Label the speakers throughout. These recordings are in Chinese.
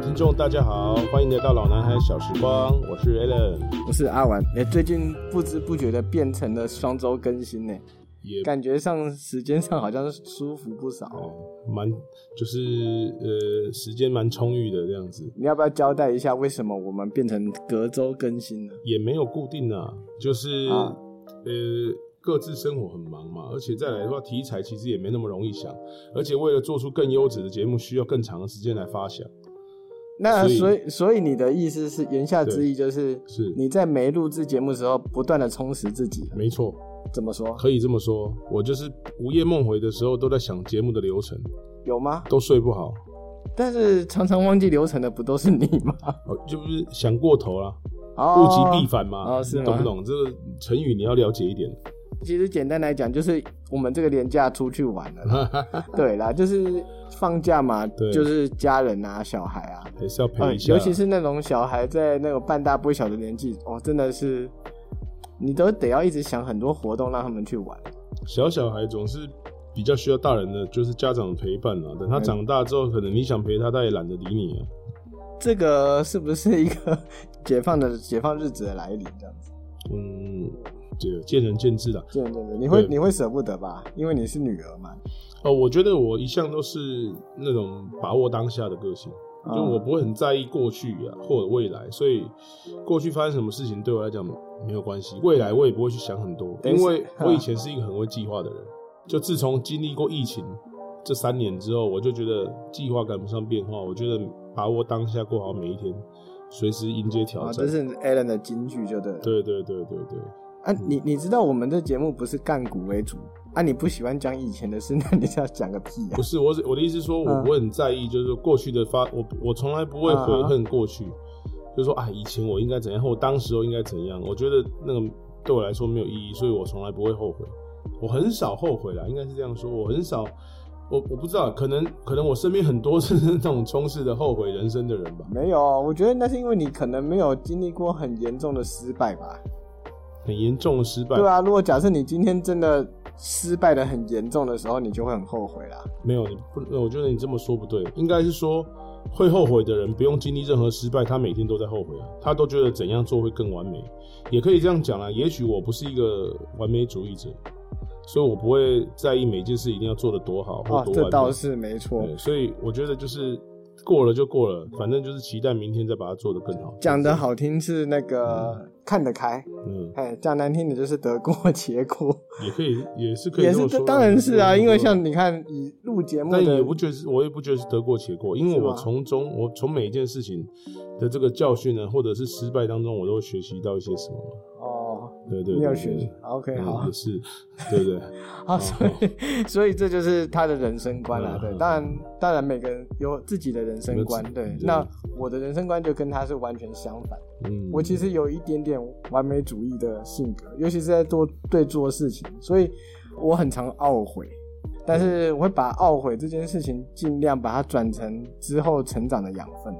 Speaker 1: 听众大家好，欢迎来到老男孩小时光，我是 Alan，
Speaker 2: 我是阿玩，哎，最近不知不觉的变成了双周更新呢，
Speaker 1: 也
Speaker 2: 感觉上时间上好像舒服不少。
Speaker 1: 蛮就是呃时间蛮充裕的这样子，
Speaker 2: 你要不要交代一下为什么我们变成隔周更新呢？
Speaker 1: 也没有固定啊，就是、
Speaker 2: 啊
Speaker 1: 呃各自生活很忙嘛，而且再来的话，题材其实也没那么容易想，而且为了做出更优质的节目，需要更长的时间来发想，
Speaker 2: 那
Speaker 1: 所
Speaker 2: 所以所以你的意思是言下之意就是
Speaker 1: 是
Speaker 2: 你在没录制节目的时候不断的充实自己，
Speaker 1: 没错，
Speaker 2: 怎么说？
Speaker 1: 可以这么说，我就是午夜梦回的时候都在想节目的流程，
Speaker 2: 有吗？
Speaker 1: 都睡不好，
Speaker 2: 但是常常忘记流程的不都是你吗？
Speaker 1: 哦，就是想过头了。
Speaker 2: 哦
Speaker 1: 物极必反嘛，
Speaker 2: 哦是吗
Speaker 1: 懂不懂？这个成语你要了解一点。
Speaker 2: 其实简单来讲，就是我们这个廉价出去玩了啦。 对啦，就是放假嘛，
Speaker 1: 对
Speaker 2: 就是家人啊、小孩啊，
Speaker 1: 还是要陪
Speaker 2: 嗯
Speaker 1: 一下，
Speaker 2: 尤其是那种小孩在那个半大不小的年纪，哦，真的是，你都得要一直想很多活动让他们去玩。
Speaker 1: 小小孩总是比较需要大人的，就是家长的陪伴啊。等他
Speaker 2: 嗯
Speaker 1: 长大之后，可能你想陪他，他也懒得理你啊。
Speaker 2: 这个是不是一个解放的解放日子的来临？这样子，
Speaker 1: 嗯，这个见仁见智啦。
Speaker 2: 对对对，你会
Speaker 1: 对
Speaker 2: 你会舍不得吧？因为你是女儿嘛。
Speaker 1: 哦，我觉得我一向都是那种把握当下的个性，
Speaker 2: 嗯
Speaker 1: 就我不会很在意过去啊或者未来，所以过去发生什么事情对我来讲没有关系，未来我也不会去想很多，
Speaker 2: 等于
Speaker 1: 因
Speaker 2: 是
Speaker 1: 为我以前是一个很会计划的人，就自从经历过疫情这三年之后，我就觉得计划赶不上变化，我觉得把握当下过好每一天，随时迎接挑
Speaker 2: 啊，
Speaker 1: 战
Speaker 2: 这。是 Alan 的金句，就对了。
Speaker 1: 对对对对对，
Speaker 2: 啊，你你知道我们这节目不是干股为主啊？你不喜欢讲以前的事，那你是要讲个屁啊呀、
Speaker 1: 不是我是我的意思是说，我
Speaker 2: 嗯
Speaker 1: 不会很在意，就是说过去的发，我我从来不会悔恨过去，就是说啊，以前我应该怎样，或我当时我应该怎样，我觉得那个对我来说没有意义，所以我从来不会后悔，我很少后悔啦，应该是这样说，我很少，我我不知道，可能可能我身边很多 是那种充斥着后悔人生的人吧，
Speaker 2: 没有，我觉得那是因为你可能没有经历过很严重的失败吧。
Speaker 1: 很严重的失败，
Speaker 2: 对啊，如果假设你今天真的失败的很严重的时候，你就会很后悔啦。
Speaker 1: 没有，你不，我觉得你这么说不对，应该是说会后悔的人不用经历任何失败，他每天都在后悔啊，他都觉得怎样做会更完美，也可以这样讲啦。也许我不是一个完美主义者，所以我不会在意每件事一定要做得多好或
Speaker 2: 哦，
Speaker 1: 多
Speaker 2: 这
Speaker 1: 完
Speaker 2: 倒
Speaker 1: 美。
Speaker 2: 是没错。
Speaker 1: 对，所以我觉得就是过了就过了，反正就是期待明天再把它做得更好。
Speaker 2: 讲的好听是那个看得开，
Speaker 1: 嗯，
Speaker 2: 哎，讲难听的就是得过且过，
Speaker 1: 也可以，也是可以
Speaker 2: 也
Speaker 1: 这
Speaker 2: 是
Speaker 1: 么说嗯啦。
Speaker 2: 当然是啊，
Speaker 1: 对
Speaker 2: 因为像你看，以录节目
Speaker 1: 但
Speaker 2: 的
Speaker 1: 也不觉得是，我也不觉得是得过且过，因为
Speaker 2: 是吗
Speaker 1: 我从中，我从每一件事情的这个教训呢，或者是失败当中，我都会学习到一些什么嘛。
Speaker 2: 哦，
Speaker 1: 对对对
Speaker 2: 你有学
Speaker 1: 对
Speaker 2: 习，OK，
Speaker 1: 嗯
Speaker 2: 好
Speaker 1: 也，是，对 对，
Speaker 2: 好，所以 所以这就是他的人生观啦
Speaker 1: 嗯。
Speaker 2: 对，
Speaker 1: 嗯
Speaker 2: 当然当然每个人有自己的人生观
Speaker 1: 有，自
Speaker 2: 对
Speaker 1: 对。
Speaker 2: 那我的人生观就跟他是完全相反。
Speaker 1: 嗯，
Speaker 2: 我其实有一点点完美主义的性格，尤其是在做对做事情，所以我很常懊悔。但是我会把懊悔这件事情尽量把它转成之后成长的养分，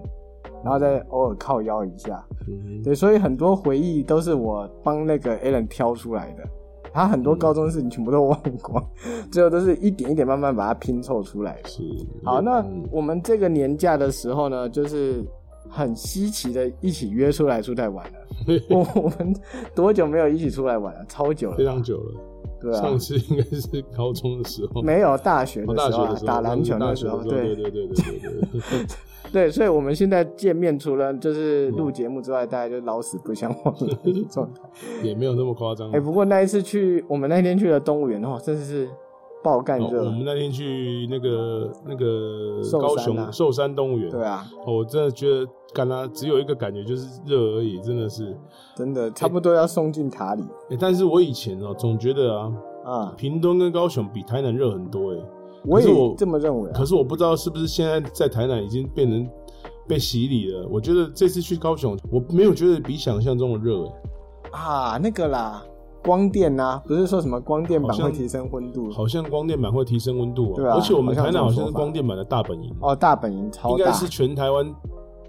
Speaker 2: 然后再偶尔靠腰一下。
Speaker 1: 嗯
Speaker 2: 对，所以很多回忆都是我帮那个 Alan 挑出来的，他很多高中的事情全部都忘光， 最后都是一点一点慢慢把它拼凑出来的。
Speaker 1: 是
Speaker 2: 好，那
Speaker 1: 嗯
Speaker 2: 我们这个年假的时候呢，就是很稀奇的一起约出来出来 玩了。我我们多久没有一起出来玩了？超久
Speaker 1: 非
Speaker 2: 了，
Speaker 1: 常久了，
Speaker 2: 对啊
Speaker 1: 上，次应该是高中的时候，
Speaker 2: 没有大学
Speaker 1: 哦
Speaker 2: 的
Speaker 1: 大
Speaker 2: 时
Speaker 1: 学
Speaker 2: 候
Speaker 1: 的
Speaker 2: 啊
Speaker 1: 时候，
Speaker 2: 打篮球
Speaker 1: 大
Speaker 2: 的
Speaker 1: 学
Speaker 2: 时
Speaker 1: 的
Speaker 2: 候，
Speaker 1: 时候，对对
Speaker 2: 对
Speaker 1: 对对对对，
Speaker 2: 对，所以我们现在见面除了就是
Speaker 1: 嗯
Speaker 2: 录节目之外，大家就老死不相往来的 状态。
Speaker 1: 对也没有那么夸张。
Speaker 2: 哎、不过那一次去，我们那天去了动物园哦，真的是爆干
Speaker 1: 哦
Speaker 2: 热，
Speaker 1: 我们那天去那个那个
Speaker 2: 寿山
Speaker 1: 高
Speaker 2: 啊
Speaker 1: 雄寿山动物园，
Speaker 2: 对啊，
Speaker 1: 哦我真的觉得，干啦，只有一个感觉就是热而已，真的是。
Speaker 2: 真的差不多要送进塔里
Speaker 1: 欸但是我以前哦、总觉得啊，
Speaker 2: 啊！
Speaker 1: 屏东跟高雄比台南热很多哎、
Speaker 2: 我
Speaker 1: 可是我
Speaker 2: 也这么认为、啊
Speaker 1: 可。是我不知道是不是现在在台南已经变成被洗礼了。我觉得这次去高雄，我没有觉得比想象中的热哎、
Speaker 2: 啊，那个啦，光电啊，不是说什么光电板
Speaker 1: 好像
Speaker 2: 会提升温度？
Speaker 1: 好像光电板会提升温度、哦
Speaker 2: 对啊
Speaker 1: 而且我们台南好
Speaker 2: 好
Speaker 1: 像
Speaker 2: 像这种
Speaker 1: 是
Speaker 2: 说法
Speaker 1: 光电板的大本营，
Speaker 2: 哦，大本营超
Speaker 1: 应该
Speaker 2: 大，
Speaker 1: 是全台湾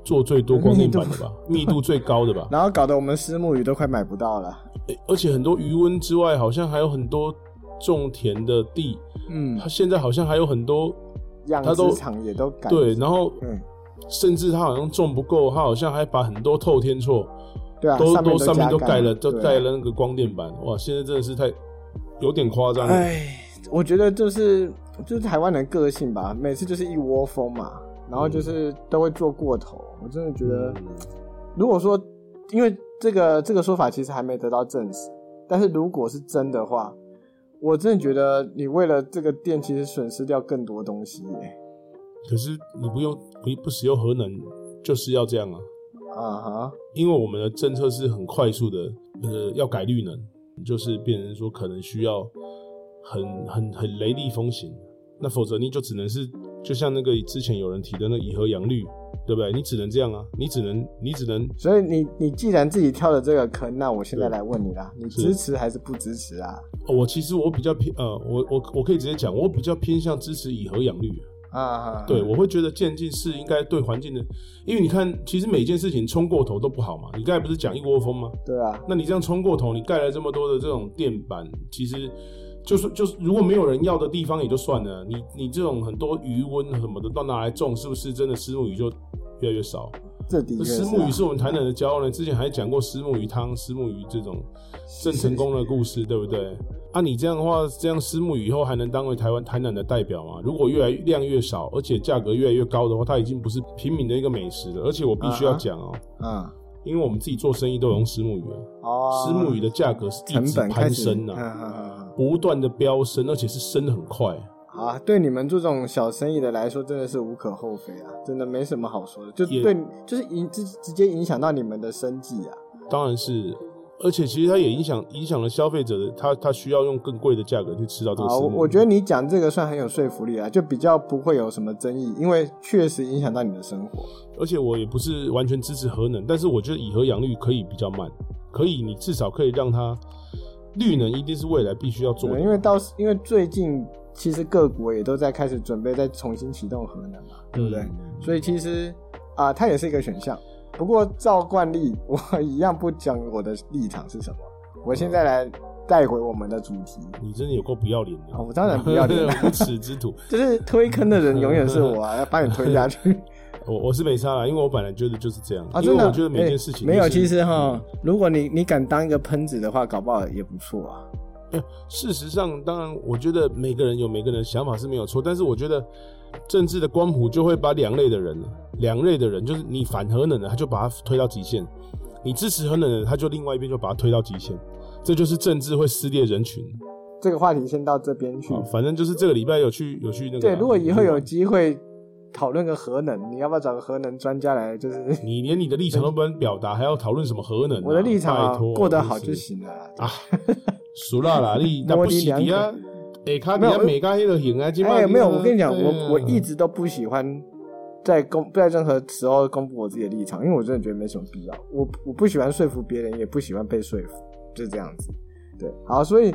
Speaker 1: 做最多光电板的吧，密度最高的吧。
Speaker 2: 然后搞得我们私募鱼都快买不到了。
Speaker 1: 欸而且很多余温之外，好像还有很多种田的地，
Speaker 2: 嗯
Speaker 1: 它，现在好像还有很多
Speaker 2: 养
Speaker 1: 它都
Speaker 2: 殖场也都改
Speaker 1: 对，然后
Speaker 2: 嗯
Speaker 1: 甚至他好像种不够，他好像还把很多透天错
Speaker 2: 对啊，
Speaker 1: 都
Speaker 2: 上面
Speaker 1: 都上面
Speaker 2: 都
Speaker 1: 都
Speaker 2: 加
Speaker 1: 盖了，
Speaker 2: 对
Speaker 1: 都
Speaker 2: 啊
Speaker 1: 盖了那个光电板。哇，现在真的是太有点夸张了。
Speaker 2: 哎，我觉得就是就是台湾人的个性吧，每次就是一窝蜂嘛，然后就是都会做过头。我真的觉得，
Speaker 1: 嗯
Speaker 2: 如果说因为这个这个说法其实还没得到证实，但是如果是真的话，我真的觉得你为了这个店其实损失掉更多东西耶。
Speaker 1: 可是你不用不不使用核能，就是要这样啊，
Speaker 2: 啊哈，
Speaker 1: 因为我们的政策是很快速的，呃，要改绿能，就是变成说可能需要很很很雷厉风行，那否则你就只能是就像那个之前有人提的那以核养绿，对不对？你只能这样啊，你只能你只能
Speaker 2: 所以你你既然自己跳了这个坑，那我现在来问你啦，你
Speaker 1: 是
Speaker 2: 支持还是不支持啊？
Speaker 1: 哦我其实我比较偏呃，我我我可以直接讲，我比较偏向支持以核养绿。
Speaker 2: 啊哈，
Speaker 1: 对，我会觉得渐进式应该对环境的，因为你看，其实每件事情冲过头都不好嘛。你刚才不是讲一窝蜂吗？
Speaker 2: 对啊，
Speaker 1: 那你这样冲过头，你盖了这么多的这种电板，其实就是就是如果没有人要的地方也就算了，你你这种很多余温什么的都拿来种，是不是真的虱目鱼就越来越少？
Speaker 2: 这的确
Speaker 1: 这
Speaker 2: 是、
Speaker 1: 虱
Speaker 2: 啊。
Speaker 1: 目鱼是我们台南的骄傲呢，之前还讲过虱目鱼汤、虱目鱼这种郑成功的故事，对不对？啊，你这样的话，这样虱目鱼以后还能当为台湾台南的代表吗？如果越来越量越少，而且价格越来越高的话，它已经不是平民的一个美食了。而且我必须要
Speaker 2: 啊哈
Speaker 1: 讲哦、
Speaker 2: 嗯，
Speaker 1: 因为我们自己做生意都有用虱目鱼啊，
Speaker 2: 哦，
Speaker 1: 虱目鱼的价格是一
Speaker 2: 啊成
Speaker 1: 直
Speaker 2: 本开
Speaker 1: 攀
Speaker 2: 始
Speaker 1: 升
Speaker 2: 嗯
Speaker 1: 啊，
Speaker 2: 嗯嗯嗯
Speaker 1: 不断的飙升，而且是升的很快。
Speaker 2: 啊，对你们这种小生意的来说，真的是无可厚非啊，真的没什么好说的，就
Speaker 1: 也
Speaker 2: 对，就是影直直接影响到你们的生计啊。
Speaker 1: 当然是，而且其实它也影响影响了消费者的，他他需要用更贵的价格去吃到这个
Speaker 2: 啊，
Speaker 1: 虱目
Speaker 2: 我
Speaker 1: 鱼。
Speaker 2: 我觉得你讲这个算很有说服力啊，就比较不会有什么争议，因为确实影响到你的生活。啊
Speaker 1: 而且我也不是完全支持核能，但是我觉得以核养绿可以比较慢，可以你至少可以让它绿能一定是未来必须要做
Speaker 2: 对，
Speaker 1: 的。
Speaker 2: 因为到因为最近其实各国也都在开始准备再重新启动核能嘛，对不对？
Speaker 1: 嗯
Speaker 2: 所以其实啊、它也是一个选项。不过照惯例，我一样不讲我的立场是什么。我现在来带回我们的主题，
Speaker 1: 你真的有够不要脸的、
Speaker 2: 哦我当然不要脸
Speaker 1: 无耻之徒。
Speaker 2: 就是推坑的人永远是我啊，要把你推 下去
Speaker 1: 我我是没差啦，因为我本来觉得就是这样，
Speaker 2: 啊！
Speaker 1: 因
Speaker 2: 真
Speaker 1: 为
Speaker 2: 的，
Speaker 1: 我觉得每
Speaker 2: 哎
Speaker 1: 件事情、
Speaker 2: 没有，其实哈，如果你你敢当一个喷子的话，搞不好也不错啊。
Speaker 1: 事实上，当然，我觉得每个人有每个人的想法是没有错，但是我觉得政治的光谱就会把两类的人，两类的人就是你反核能的，他就把他推到极限；你支持核能的，他就另外一边就把他推到极限。这就是政治会撕裂人群。
Speaker 2: 这个话题先到这边去
Speaker 1: 好，。反正就是这个礼拜有去有去那个啊。
Speaker 2: 对，如果以后有
Speaker 1: 有去
Speaker 2: 机会讨论个核能，你要不要找个核能专家来？就是
Speaker 1: 玩你连你的立场都不能表达，还要讨论什么核能啊、
Speaker 2: 我的立场
Speaker 1: 拜
Speaker 2: 啊
Speaker 1: 托，
Speaker 2: 过得好就是行了啊。
Speaker 1: 啊。熟啦啦，你那
Speaker 2: 模
Speaker 1: 不
Speaker 2: 棱
Speaker 1: 行
Speaker 2: 两
Speaker 1: 你
Speaker 2: 可
Speaker 1: 啊，哎，看你
Speaker 2: 没有
Speaker 1: 啊，每家黑都行啊，基本
Speaker 2: 哎，
Speaker 1: 上
Speaker 2: 没有，我跟你讲，我我一
Speaker 1: 直。
Speaker 2: 直都不喜欢在公在任何时候公布我自己的立场，因为我真的觉得没什么必要。我我不喜欢说服别人，也不喜欢被说服，就这样子。对，好，所以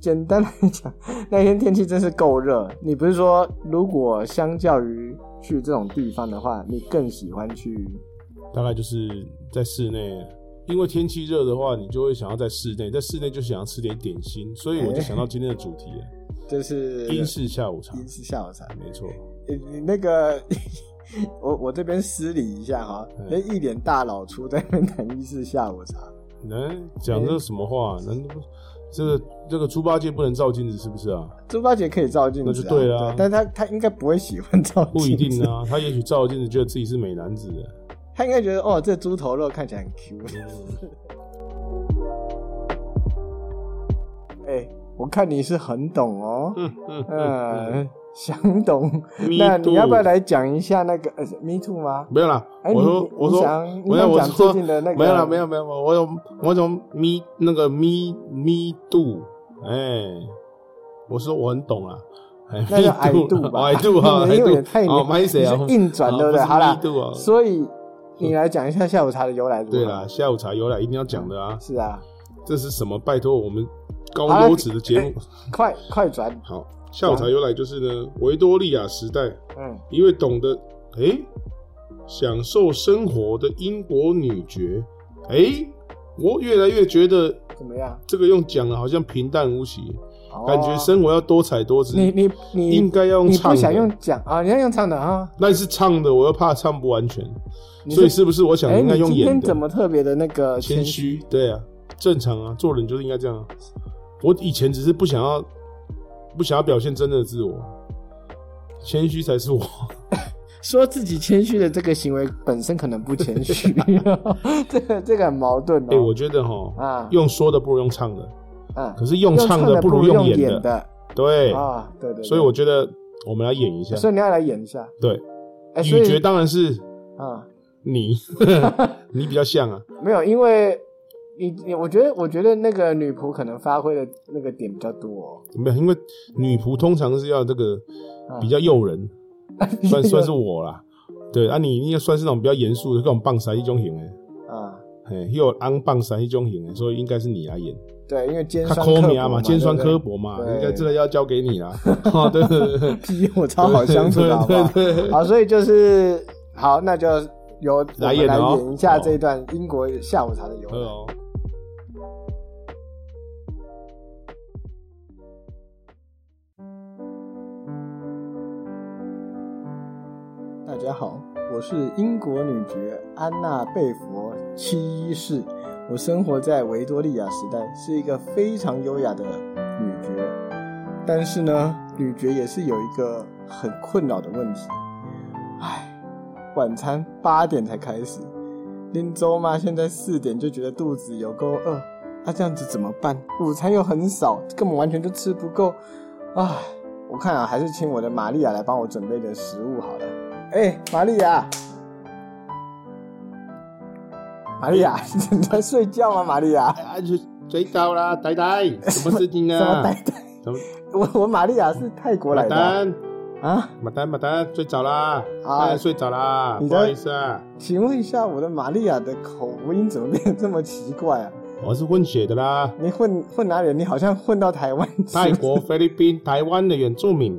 Speaker 2: 简单来讲，那天天气真是够热。你不是说，如果相较于去这种地方的话，你更喜欢去？
Speaker 1: 大概就是在室内，因为天气热的话，你就会想要在室内，在室内就想要吃点点心，所
Speaker 2: 哎
Speaker 1: 以我就想到今天的主题 了，
Speaker 2: 就是
Speaker 1: 英式下午茶，
Speaker 2: 英式下午茶。
Speaker 1: 没错，
Speaker 2: 欸你那个， 我我这边失礼一下哈，
Speaker 1: 嗯
Speaker 2: 那一脸大老粗在那边谈英式下午茶。
Speaker 1: 能哎讲这什么话？
Speaker 2: 哎
Speaker 1: 能这个这个猪八戒不能照镜子是不是啊？
Speaker 2: 猪八戒可以照镜子、啊，
Speaker 1: 那就对了啊
Speaker 2: 但他他应该不会喜欢照镜
Speaker 1: 不
Speaker 2: 子，
Speaker 1: 一定啊，他也许照镜子觉得自己是美男子的。
Speaker 2: 他应该觉得哦，这猪头肉看起来很 Q。哎、我看你是很懂哦，
Speaker 1: 嗯嗯
Speaker 2: 嗯，
Speaker 1: 嗯，
Speaker 2: 想懂。
Speaker 1: Me
Speaker 2: 那你要不要
Speaker 1: too
Speaker 2: 来讲一下那个、呃、？Me too 吗？
Speaker 1: 没有啦，
Speaker 2: 哎
Speaker 1: 我
Speaker 2: 你
Speaker 1: 说
Speaker 2: 你
Speaker 1: 我说
Speaker 2: 想你
Speaker 1: 没有
Speaker 2: 想
Speaker 1: 我
Speaker 2: 讲
Speaker 1: 说
Speaker 2: 最近的那个
Speaker 1: 没有啦没有没有，我有我有咪那个咪咪度，哎、我说我很懂啦。哎
Speaker 2: 那个矮
Speaker 1: 咪
Speaker 2: 度
Speaker 1: 度
Speaker 2: 吧，
Speaker 1: 哦矮 度啊，
Speaker 2: 你
Speaker 1: 矮
Speaker 2: 有
Speaker 1: 度
Speaker 2: 点太
Speaker 1: 哦，没谁啊
Speaker 2: 你，是硬转对不对？
Speaker 1: 啊
Speaker 2: 好啦
Speaker 1: 不是咪度啊，
Speaker 2: 所以你来讲一下下午茶的由来如何？
Speaker 1: 对啦，，下午茶有啦，一定要讲的啊，
Speaker 2: 是啊，
Speaker 1: 这是什么？拜托我们
Speaker 2: 好啦哎
Speaker 1: 高优质的节目。
Speaker 2: 快快转，
Speaker 1: 好，下午茶由来就是呢，维多利亚时代
Speaker 2: 嗯，
Speaker 1: 一位懂得哎、诶享受生活的英国女爵，哎、我越来越觉得
Speaker 2: 怎么样？
Speaker 1: 这个用讲的好像平淡无奇，
Speaker 2: 哦
Speaker 1: 感觉生活要多彩多姿。
Speaker 2: 你你你
Speaker 1: 应该要用
Speaker 2: 你
Speaker 1: 唱
Speaker 2: 不
Speaker 1: 的
Speaker 2: 想用讲啊？你要用唱的啊？
Speaker 1: 那是唱的，我又怕唱不完全，
Speaker 2: 你
Speaker 1: 所以是不是我想
Speaker 2: 哎，
Speaker 1: 应该
Speaker 2: 你
Speaker 1: 用
Speaker 2: 今
Speaker 1: 演
Speaker 2: 天
Speaker 1: 的
Speaker 2: 怎？么特别的那个
Speaker 1: 谦虚？，对啊，正常啊，做人就是应该这样啊。我以前只是不想要，不想要表现真正的自我，谦虚才是我。
Speaker 2: 哦说自己谦虚的这个行为本身可能不谦 虚，这个这个很矛盾
Speaker 1: 哎、我
Speaker 2: 哦。
Speaker 1: 觉得哈，
Speaker 2: 啊，
Speaker 1: 用说的不如用唱的，
Speaker 2: 啊
Speaker 1: 可是用
Speaker 2: 用
Speaker 1: 唱的
Speaker 2: 不
Speaker 1: 不如
Speaker 2: 用
Speaker 1: 演的。
Speaker 2: 演的
Speaker 1: 对，
Speaker 2: 啊，对对。对
Speaker 1: 所以我觉得我们来演一下。
Speaker 2: 所以你要来演一下，
Speaker 1: 对，
Speaker 2: 哎，所
Speaker 1: 语觉
Speaker 2: 以
Speaker 1: 当然是
Speaker 2: 啊，
Speaker 1: 你，你比较像啊。
Speaker 2: 没有，因为你你，我觉得我觉得那个女仆可能发挥的那个点比较多哦
Speaker 1: 没有，因为女仆通常是要这个
Speaker 2: 啊
Speaker 1: 比较诱人，
Speaker 2: 哦，
Speaker 1: 算算是我啦。对啊你，你应该算是那种比较严肃的，各种棒杀一种型的，
Speaker 2: 啊，
Speaker 1: 嘿，又有昂棒杀一种型的，所以应该是你来演。
Speaker 2: 对，因为尖
Speaker 1: 他
Speaker 2: 酸
Speaker 1: 抠
Speaker 2: 刻
Speaker 1: 米
Speaker 2: 薄
Speaker 1: 啊嘛，尖酸刻
Speaker 2: 薄，
Speaker 1: 薄嘛，
Speaker 2: 对
Speaker 1: 应该这个要交给你 啦。哦，对对对对，
Speaker 2: 屁，我超好相处的好不好？
Speaker 1: 对对对
Speaker 2: 好，所以就是好，那就由我们
Speaker 1: 来
Speaker 2: 来
Speaker 1: 演哦
Speaker 2: 演一下这一段英国下午茶的由
Speaker 1: 对
Speaker 2: 来。
Speaker 1: 哦。
Speaker 2: 大家好，我是英国女爵安娜·贝佛七一世，我生活在维多利亚时代，是一个非常优雅的女爵。但是呢，女爵也是有一个很困扰的问题，唉，晚餐八点才开始，林州嘛，现在四点就觉得肚子有够饿，那、这样子怎么办？午餐又很少，根本完全就吃不够，唉，我看啊，还是请我的玛利亚来帮我准备点食物好了。哎、玛利亚，玛利亚，你在睡觉吗？玛利亚，
Speaker 1: 哎啊，就追到啦，呆呆，什么事 情
Speaker 2: 什么
Speaker 1: 啊？
Speaker 2: 呆呆？
Speaker 1: 什么
Speaker 2: 我我玛利亚是泰国
Speaker 1: 马
Speaker 2: 来的啊
Speaker 1: 丹，
Speaker 2: 啊？
Speaker 1: 马丹，马丹，睡着啦，
Speaker 2: 啊
Speaker 1: 哎，睡着啦，
Speaker 2: 你
Speaker 1: 不好
Speaker 2: 在
Speaker 1: 意思啊，
Speaker 2: 请问一下，我的玛利亚的口音怎么变得这么奇怪啊？
Speaker 1: 我是混血的啦，
Speaker 2: 你混混哪里？你好像混到台湾去。
Speaker 1: 泰国、菲律宾、台湾的原住 民，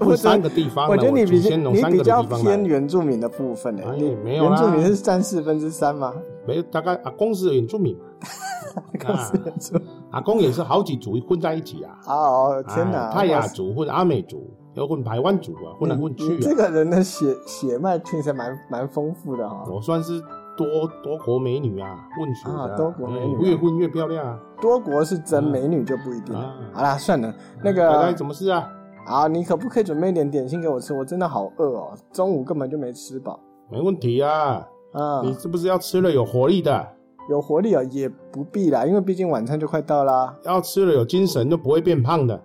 Speaker 2: 我
Speaker 1: 混
Speaker 2: 觉
Speaker 1: 三
Speaker 2: 得
Speaker 1: 个地方呢，
Speaker 2: 我觉得你比
Speaker 1: 啊祖先从
Speaker 2: 你
Speaker 1: 三
Speaker 2: 比
Speaker 1: 个
Speaker 2: 较
Speaker 1: 地方来啊
Speaker 2: 偏原住民的部分呢、
Speaker 1: 哎
Speaker 2: 你
Speaker 1: 没有
Speaker 2: 原住
Speaker 1: 啦
Speaker 2: 民是占四分之三吗？
Speaker 1: 没有，大概阿公是原住民，啊
Speaker 2: 公司原住民
Speaker 1: 阿公也是好几族混在一起 啊，
Speaker 2: 哦，
Speaker 1: 哎
Speaker 2: 天哪！
Speaker 1: 泰
Speaker 2: 哇
Speaker 1: 雅
Speaker 2: 塞
Speaker 1: 族混阿美族，又混台湾族啊，混来混去
Speaker 2: 你
Speaker 1: 啊
Speaker 2: 这，个人的血血脉听起来蛮蛮丰富的哈、哦，
Speaker 1: 我算是多多国美女啊，混血的啊
Speaker 2: 啊多国美女啊
Speaker 1: 嗯越混越漂亮啊，
Speaker 2: 多国是真美女就不一定了。
Speaker 1: 啊
Speaker 2: 好啦，算了，那
Speaker 1: 大概
Speaker 2: 个
Speaker 1: 什么事啊？
Speaker 2: 啊，你可不可以准备一点点心给我吃？我真的好饿哦，中午根本就没吃饱。
Speaker 1: 没问题啊，
Speaker 2: 啊，
Speaker 1: 你是不是要吃了有活力的？
Speaker 2: 有活力啊、也不必啦，因为毕竟晚餐就快到啦。
Speaker 1: 要吃了有精神就不会变胖的，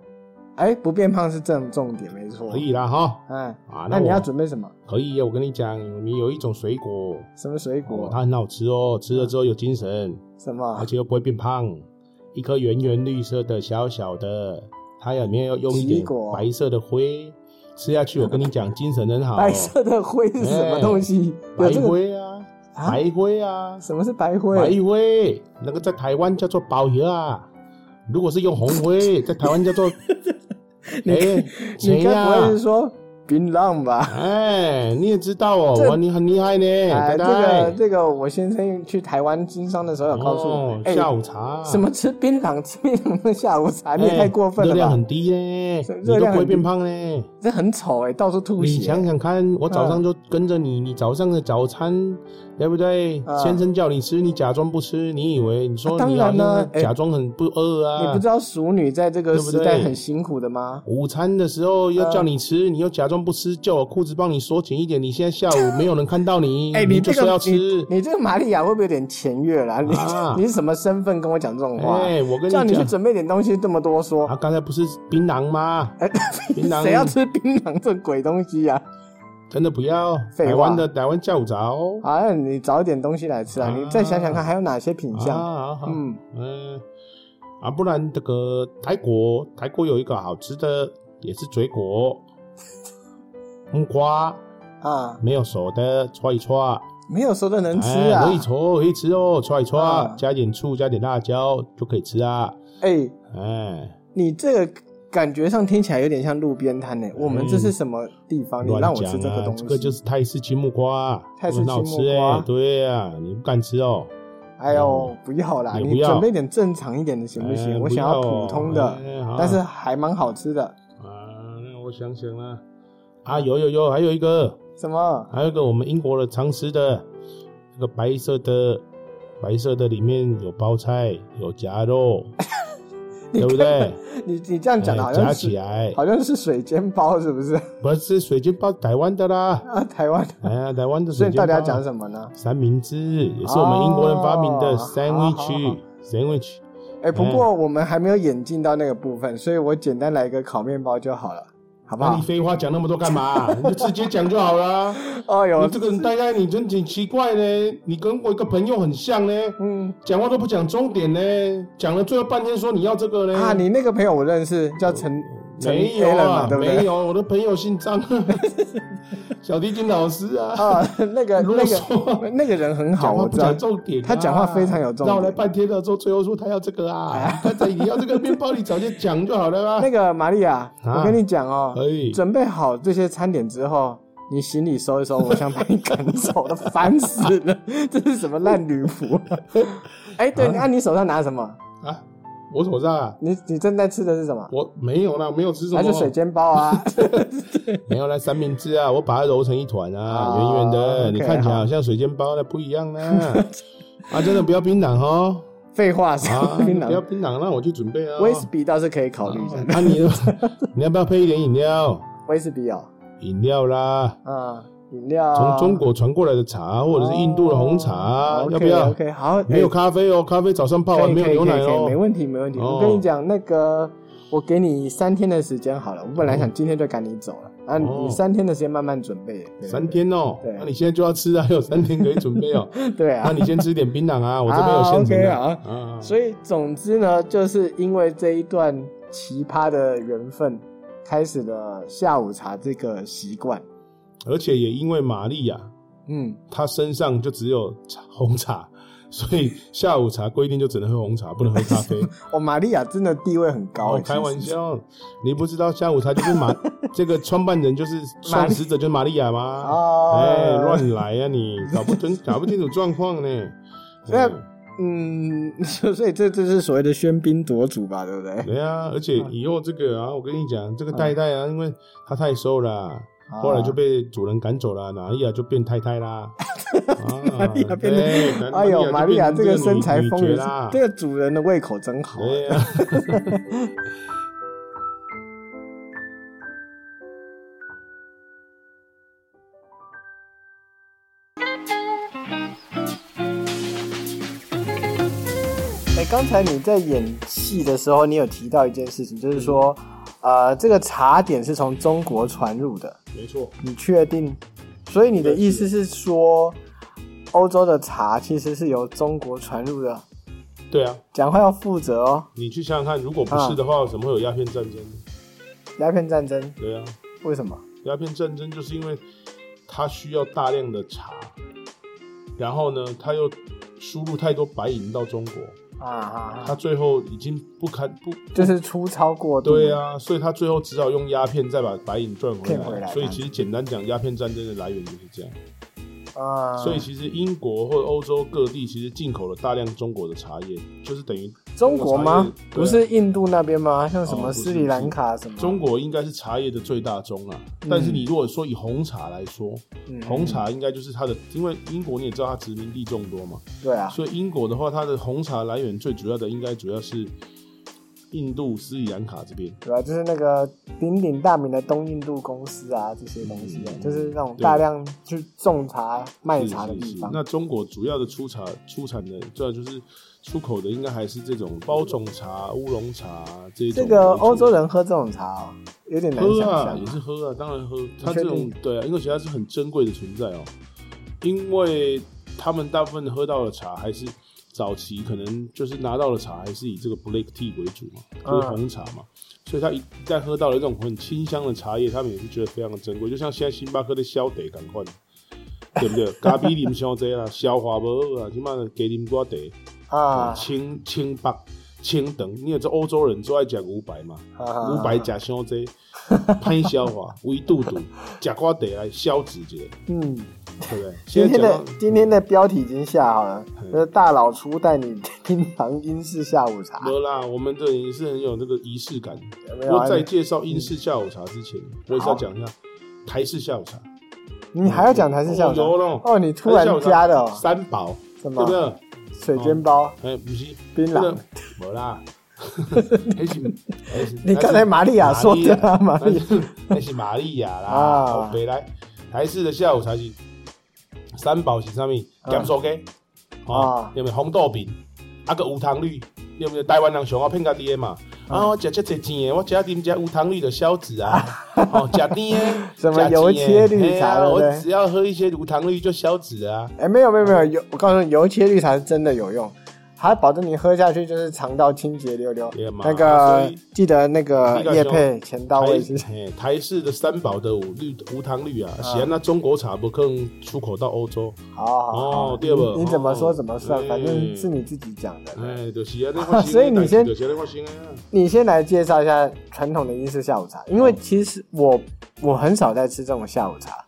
Speaker 2: 哎，不变胖是正重点，没错。
Speaker 1: 可以啦哈。
Speaker 2: 哎，
Speaker 1: 啊，
Speaker 2: 那你
Speaker 1: 我
Speaker 2: 要准备什么？
Speaker 1: 可以啊，我跟你讲，你有一种水果，
Speaker 2: 什么水
Speaker 1: 哦
Speaker 2: 果？，
Speaker 1: 它很好吃哦，吃了之后有精神，
Speaker 2: 什么
Speaker 1: 而？且又不会变胖。一颗圆圆绿色的小小的，它里面要用一
Speaker 2: 奇异
Speaker 1: 点
Speaker 2: 果
Speaker 1: 白色的灰，吃下去我跟你讲，精神很好。 哦
Speaker 2: 白色的灰是什么东西？有
Speaker 1: 哎白
Speaker 2: 这个？
Speaker 1: 灰啊，
Speaker 2: 啊
Speaker 1: 白灰啊，
Speaker 2: 什么是白
Speaker 1: 白
Speaker 2: 灰？
Speaker 1: 灰，那个在台湾叫做包鱼啊。如果是用红灰，在台湾叫做哎，
Speaker 2: 你
Speaker 1: 谁
Speaker 2: 该不
Speaker 1: 呀
Speaker 2: 会是说槟榔吧？
Speaker 1: 哎，你也知道哦，
Speaker 2: 这
Speaker 1: 哇，你很厉害呢，
Speaker 2: 哎，
Speaker 1: 呆
Speaker 2: 这
Speaker 1: 呆
Speaker 2: 个这个，我先生去台湾经商的时候有告诉我
Speaker 1: 哦，，
Speaker 2: 哎，
Speaker 1: 下午茶
Speaker 2: 什么吃槟榔 吃槟榔的下午茶，你也
Speaker 1: 哎
Speaker 2: 太过分了
Speaker 1: 热量
Speaker 2: 吧
Speaker 1: 很？低呢，
Speaker 2: 这
Speaker 1: 你
Speaker 2: 热
Speaker 1: 都
Speaker 2: 量
Speaker 1: 不
Speaker 2: 很
Speaker 1: 会
Speaker 2: 低
Speaker 1: 变胖呢。
Speaker 2: 这很丑哎，到处吐
Speaker 1: 你
Speaker 2: 血
Speaker 1: 想。想看，我早上就跟着你，你早上的早餐对不对
Speaker 2: 啊？
Speaker 1: 先生叫你吃，你假装不吃，你以为你说
Speaker 2: 啊当
Speaker 1: 你好
Speaker 2: 然啦
Speaker 1: 像
Speaker 2: 哎
Speaker 1: 假装很不饿啊？
Speaker 2: 你不知道熟女在这个
Speaker 1: 对不
Speaker 2: 时
Speaker 1: 对
Speaker 2: 代很辛苦的吗？
Speaker 1: 午餐的时候要叫你吃，你又假装不吃，叫我裤子帮你缩紧一点。你现在下午没有人看到你，
Speaker 2: 哎、
Speaker 1: 嗯你
Speaker 2: 这
Speaker 1: 就
Speaker 2: 个
Speaker 1: 说要吃。
Speaker 2: 你，你这个玛利亚会不会有点前越啦？你、
Speaker 1: 啊
Speaker 2: 你是什么身份跟我讲这种话？
Speaker 1: 哎，我跟
Speaker 2: 叫你去
Speaker 1: 讲，
Speaker 2: 准备点东西，这么多说
Speaker 1: 啊，，刚才不是槟榔吗？
Speaker 2: 哎、
Speaker 1: 槟榔
Speaker 2: 谁要吃槟榔这鬼东西啊 呀、
Speaker 1: 真的不要，哦
Speaker 2: 废话
Speaker 1: 台湾的台湾叫早哦。
Speaker 2: 啊？啊，你找一点东西来吃啊！
Speaker 1: 啊
Speaker 2: 你再想想看，还有哪些品
Speaker 1: 啊，
Speaker 2: 相？
Speaker 1: 好好，
Speaker 2: 嗯，
Speaker 1: 嗯，啊，不然这个泰国，泰国有一个好吃的，也是水 果，木瓜，
Speaker 2: 啊，
Speaker 1: 没有熟的，搓一搓，
Speaker 2: 没有说的能吃
Speaker 1: 哎
Speaker 2: 啊！
Speaker 1: 可以搓，可以吃哦，搓一搓，
Speaker 2: 啊
Speaker 1: 加点醋，加点辣椒就可以吃啊，
Speaker 2: 哎、
Speaker 1: 哎，
Speaker 2: 你这个感觉上听起来有点像路边摊呢。我们这是什么地方？你
Speaker 1: 嗯乱
Speaker 2: 让我
Speaker 1: 讲
Speaker 2: 吃这个
Speaker 1: 啊
Speaker 2: 东，西？
Speaker 1: 这个就是泰式青木瓜，
Speaker 2: 泰式
Speaker 1: 很好
Speaker 2: 青木
Speaker 1: 吃欸
Speaker 2: 瓜
Speaker 1: 哎，对啊，你不敢吃哦，
Speaker 2: 哎呦，不要啦！
Speaker 1: 也不
Speaker 2: 你
Speaker 1: 要
Speaker 2: 准备点正常一点的行不行？
Speaker 1: 哎
Speaker 2: 我想要
Speaker 1: 不要
Speaker 2: 普通的，
Speaker 1: 哎好
Speaker 2: 但是还蛮好吃的。
Speaker 1: 啊，那我想想啦，啊，有有有，还有一个，
Speaker 2: 什么？
Speaker 1: 还有一个我们英国的常吃的，这个白色的，白色的里面有包菜，有夹 肉，对不对？
Speaker 2: 你你这样讲的好
Speaker 1: 哎
Speaker 2: 像
Speaker 1: 夹
Speaker 2: 是、
Speaker 1: 起来，
Speaker 2: 好像是水煎包，是不是？
Speaker 1: 不是水煎包，台湾的啦，
Speaker 2: 啊，台湾的。
Speaker 1: 哎呀，台湾的
Speaker 2: 所
Speaker 1: 水
Speaker 2: 以
Speaker 1: 煎包。啊
Speaker 2: 到底要讲什么呢？
Speaker 1: 三明治也是我们英国人发明的
Speaker 2: 哦好好好
Speaker 1: sandwich，sandwich
Speaker 2: 哎、不过我们还没有演进到那个部分，所以我简单来一个烤面包就好了，好不
Speaker 1: 那
Speaker 2: 好
Speaker 1: 你？废话讲那么多干 嘛？你就直接讲就好了。
Speaker 2: 哦
Speaker 1: 你
Speaker 2: 哟，
Speaker 1: 这个人大概你真挺奇怪呢，你跟我一个朋友很像呢，
Speaker 2: 嗯
Speaker 1: 讲话都不讲重点呢，讲了最后半天说你要这个呢。
Speaker 2: 啊，你那个朋友我认识，叫陈陈
Speaker 1: 嗯没有
Speaker 2: a l n 嘛，
Speaker 1: 啊，
Speaker 2: 对不
Speaker 1: 没
Speaker 2: 对？
Speaker 1: 有，我的朋友姓张， 小提琴老师啊，
Speaker 2: 啊， 那个
Speaker 1: 啰
Speaker 2: 那
Speaker 1: 嗦
Speaker 2: 个那个人很好，
Speaker 1: 讲话
Speaker 2: 我
Speaker 1: 不
Speaker 2: 知道
Speaker 1: 讲。重点啊，
Speaker 2: 他讲话非常有重点哎
Speaker 1: 绕了半天了之后，最后说他要这个啊，他在你要这个面包，你早就讲就好了啊。
Speaker 2: 那个玛利亚，
Speaker 1: 啊
Speaker 2: 我跟你讲哦
Speaker 1: 可以，
Speaker 2: 准备好这些餐点之后，你行李收一收，我想把你赶走了，烦死了！ 这是什么烂女 仆？哎，对，那、你手上拿什么？
Speaker 1: 啊，我手上啊，
Speaker 2: 你你正在吃的是什么？
Speaker 1: 我没有啦，没有吃什么，
Speaker 2: 还是水煎包 啊？
Speaker 1: 没有啦，三明治 啊，我把它揉成一团啊，圆
Speaker 2: 哦
Speaker 1: 圆的，
Speaker 2: OK，
Speaker 1: 你看起来
Speaker 2: 好
Speaker 1: 好像水煎包那不一样 呢。啊，真的不要槟榔哦，
Speaker 2: 废话，什
Speaker 1: 啊
Speaker 2: 么，槟
Speaker 1: 不要
Speaker 2: 榔？
Speaker 1: 槟榔，那我去准备啊。
Speaker 2: 威士忌倒是可以考虑一下，
Speaker 1: 啊，你 你要不要配一点饮料？
Speaker 2: 威士忌哦，
Speaker 1: 饮料啦，
Speaker 2: 啊，饮料，
Speaker 1: 从中国传过来的茶，或者是印度的红茶，要不要？
Speaker 2: ？OK，好，哦
Speaker 1: 没有
Speaker 2: 哎
Speaker 1: 咖啡哦，咖啡早上泡
Speaker 2: 可
Speaker 1: 完
Speaker 2: 以
Speaker 1: 没有
Speaker 2: 可以
Speaker 1: 牛
Speaker 2: 可
Speaker 1: 奶
Speaker 2: 以可以，没
Speaker 1: 哦。
Speaker 2: 问题没问题。
Speaker 1: 哦
Speaker 2: 我跟你讲，那个我给你三天的时间好了，我本来想今天就赶你走了，啊，
Speaker 1: 哦
Speaker 2: 你三天的时间慢慢准备。对
Speaker 1: 三天哦
Speaker 2: 对，
Speaker 1: 那你现在就要吃啊， 还有三天可以准备哦。
Speaker 2: 对
Speaker 1: 那
Speaker 2: 啊，
Speaker 1: 你先吃点槟榔啊，我这边有现成的
Speaker 2: 啊，OK
Speaker 1: 啊。
Speaker 2: 所以总之呢，就是因为这一段奇葩的缘分，开始了下午茶这个习惯。
Speaker 1: 而且也因为玛丽亚
Speaker 2: 嗯，
Speaker 1: 她身上就只有茶红茶，所以下午茶规定就只能喝红茶，不能喝咖啡。
Speaker 2: 哦，玛利亚真的地位很高
Speaker 1: 我
Speaker 2: 欸，
Speaker 1: 哦开玩
Speaker 2: 其实。
Speaker 1: 笑，啊你不知道下午茶就是 玛这个创办人就是创始者就是玛利亚吗？
Speaker 2: 哦，
Speaker 1: 哎，乱来呀、啊、你，搞不准 搞不清楚状况呢。
Speaker 2: 那
Speaker 1: 嗯
Speaker 2: 嗯， 所以这这是所谓的喧宾夺主吧，对不对？
Speaker 1: 对啊，而且以后这个啊，我跟你讲，这个代代
Speaker 2: 嗯
Speaker 1: 啊，因为他太瘦了、
Speaker 2: 啊
Speaker 1: 后来就被主人赶走了，玛利亚就变太太啦。啊玛
Speaker 2: 玛利亚变成
Speaker 1: 成
Speaker 2: 哎呦，玛利亚这个身材丰腴
Speaker 1: 啦，，
Speaker 2: 这个主人的胃口真好啊。
Speaker 1: 对呀、
Speaker 2: 哎，刚才你在演戏的时候，你有提到一件事情，就是说，
Speaker 1: 嗯
Speaker 2: 呃，这个茶点是从中国传入的，
Speaker 1: 没错，
Speaker 2: 你确定？所以你的意思是说，欧洲的茶其实是由中国传入的？
Speaker 1: 对啊，
Speaker 2: 讲话要负责哦，
Speaker 1: 你去想想看，如果不是的
Speaker 2: 啊
Speaker 1: 话，怎么会有鸦片战争呢？
Speaker 2: 鸦片战争
Speaker 1: 对啊，
Speaker 2: 为什么？
Speaker 1: 鸦片战争就是因为它需要大量的茶，然后呢，它又输入太多白银到中国，
Speaker 2: 啊啊，啊
Speaker 1: 它最后已经不堪不
Speaker 2: 就是粗糙过度。
Speaker 1: 对啊，所以它最后只好用鸦片再把白银赚回
Speaker 2: 骗
Speaker 1: 来。
Speaker 2: 回来
Speaker 1: 所以其实简单讲，鸦片战争的来源就是这样。
Speaker 2: 啊，
Speaker 1: 所以其实英国或欧洲各地其实进口了大量中国的茶叶，就是等于
Speaker 2: 中国
Speaker 1: 中
Speaker 2: 吗
Speaker 1: 茶叶？对啊
Speaker 2: 不是印度那边吗？像什
Speaker 1: 哦
Speaker 2: 么
Speaker 1: 不是
Speaker 2: 斯里兰卡什么？
Speaker 1: 中国应该是茶叶的最大宗啊，但是你如果说以红茶来说，
Speaker 2: 嗯
Speaker 1: 红茶应该就是它的，因为英国你也知道它殖民地众多嘛，
Speaker 2: 对啊，
Speaker 1: 所以英国的话，它的红茶来源最主要的应该主要是印度、斯里兰卡这边。
Speaker 2: 对吧？啊就是那个鼎鼎大名的东印度公司啊，这些东西啊，
Speaker 1: 嗯
Speaker 2: 就是那种
Speaker 1: 对
Speaker 2: 大量去种茶卖
Speaker 1: 是
Speaker 2: 茶的
Speaker 1: 是
Speaker 2: 地
Speaker 1: 是
Speaker 2: 方。
Speaker 1: 那中国主要的出茶出产的，主要就是出口的，应该还是这种包种茶、乌龙茶这种。
Speaker 2: 这个欧洲人喝这种茶哦，有点难
Speaker 1: 喝
Speaker 2: 想
Speaker 1: 啊，也
Speaker 2: 象。
Speaker 1: 是喝啊，当然喝。它这
Speaker 2: 确
Speaker 1: 种
Speaker 2: 定
Speaker 1: 对啊，因为其实它是很珍贵的存在哦，因为他们大部分喝到的茶还是早期可能就是拿到的茶还是以这个 black tea 为主嘛，就是
Speaker 2: 嗯
Speaker 1: 红茶嘛，所以他一旦喝到了这种很清香的茶叶，他们也是觉得非常的珍贵，就像现在星巴克的消得赶快。对不 对？咖啡啉伤济啦，消化无好啊，起码加啉寡茶，
Speaker 2: 啊，
Speaker 1: 清清白清长。你也知道欧洲人最爱讲五百嘛，
Speaker 2: 啊
Speaker 1: 五百
Speaker 2: 加，
Speaker 1: 食伤 济，歹消化，胃肚肚，食寡茶来消脂一下。
Speaker 2: 嗯，
Speaker 1: 对不 对？
Speaker 2: 今
Speaker 1: 现在
Speaker 2: 天
Speaker 1: 讲
Speaker 2: 的
Speaker 1: 到
Speaker 2: 今天的标题已经下好了，
Speaker 1: 嗯
Speaker 2: 就是大老粗带你听唐英式下午茶，
Speaker 1: 没有啦，我们这里是很有那个仪式感的。
Speaker 2: 有没
Speaker 1: 不
Speaker 2: 有
Speaker 1: 过
Speaker 2: 啊？嗯
Speaker 1: 在介绍英式下午茶之前，我也是要讲一下台式下午茶。
Speaker 2: 你还要讲台式下午茶？
Speaker 1: 哦有咯
Speaker 2: 哦，你突然加的哦，
Speaker 1: 三宝，
Speaker 2: 什
Speaker 1: 对
Speaker 2: 么
Speaker 1: 不对？
Speaker 2: 水煎包、
Speaker 1: 哎，不是，
Speaker 2: 槟
Speaker 1: 那
Speaker 2: 榔
Speaker 1: 个？没啦。 那是那是
Speaker 2: 你刚才玛利亚说的啊，玛
Speaker 1: 那
Speaker 2: 利亚
Speaker 1: 是那是玛利亚
Speaker 2: 啊
Speaker 1: 啦，北来台式的下午茶是三宝是啥物？咸酥鸡，哦
Speaker 2: 啊，
Speaker 1: 有没有红豆饼？啊个无糖绿，有没有台湾人上要骗家己的嘛？啊，我食这侪钱的，我食啉只无糖绿的消脂 啊，哦，食甜的，
Speaker 2: 什么
Speaker 1: 吃甜的
Speaker 2: 油切绿茶
Speaker 1: 嘿啊
Speaker 2: 对不
Speaker 1: 我
Speaker 2: 对
Speaker 1: 只要喝一些无糖绿就消脂啊。
Speaker 2: 哎，没有没有没有，油我告诉你，油切绿茶是真的有用，它保证你喝下去就是肠道清洁溜溜
Speaker 1: 也。嘛
Speaker 2: 那
Speaker 1: 啊
Speaker 2: 个
Speaker 1: 所以
Speaker 2: 记得那个叶配钱到
Speaker 1: 台
Speaker 2: 位是
Speaker 1: 嘿台式的三宝的五绿无糖绿啊，喜欢那中国茶不可能出口到欧洲。
Speaker 2: 好好好，
Speaker 1: 哦对吧
Speaker 2: 你你怎么说
Speaker 1: 哦
Speaker 2: 怎么算，
Speaker 1: 哎
Speaker 2: 反正是你自己讲的。
Speaker 1: 哎，就是啊，那
Speaker 2: 啊所以你先
Speaker 1: 就是啊那发生的啊。
Speaker 2: 你先来介绍一下传统的英式下午茶，因为其实我我很少在吃这种下午茶，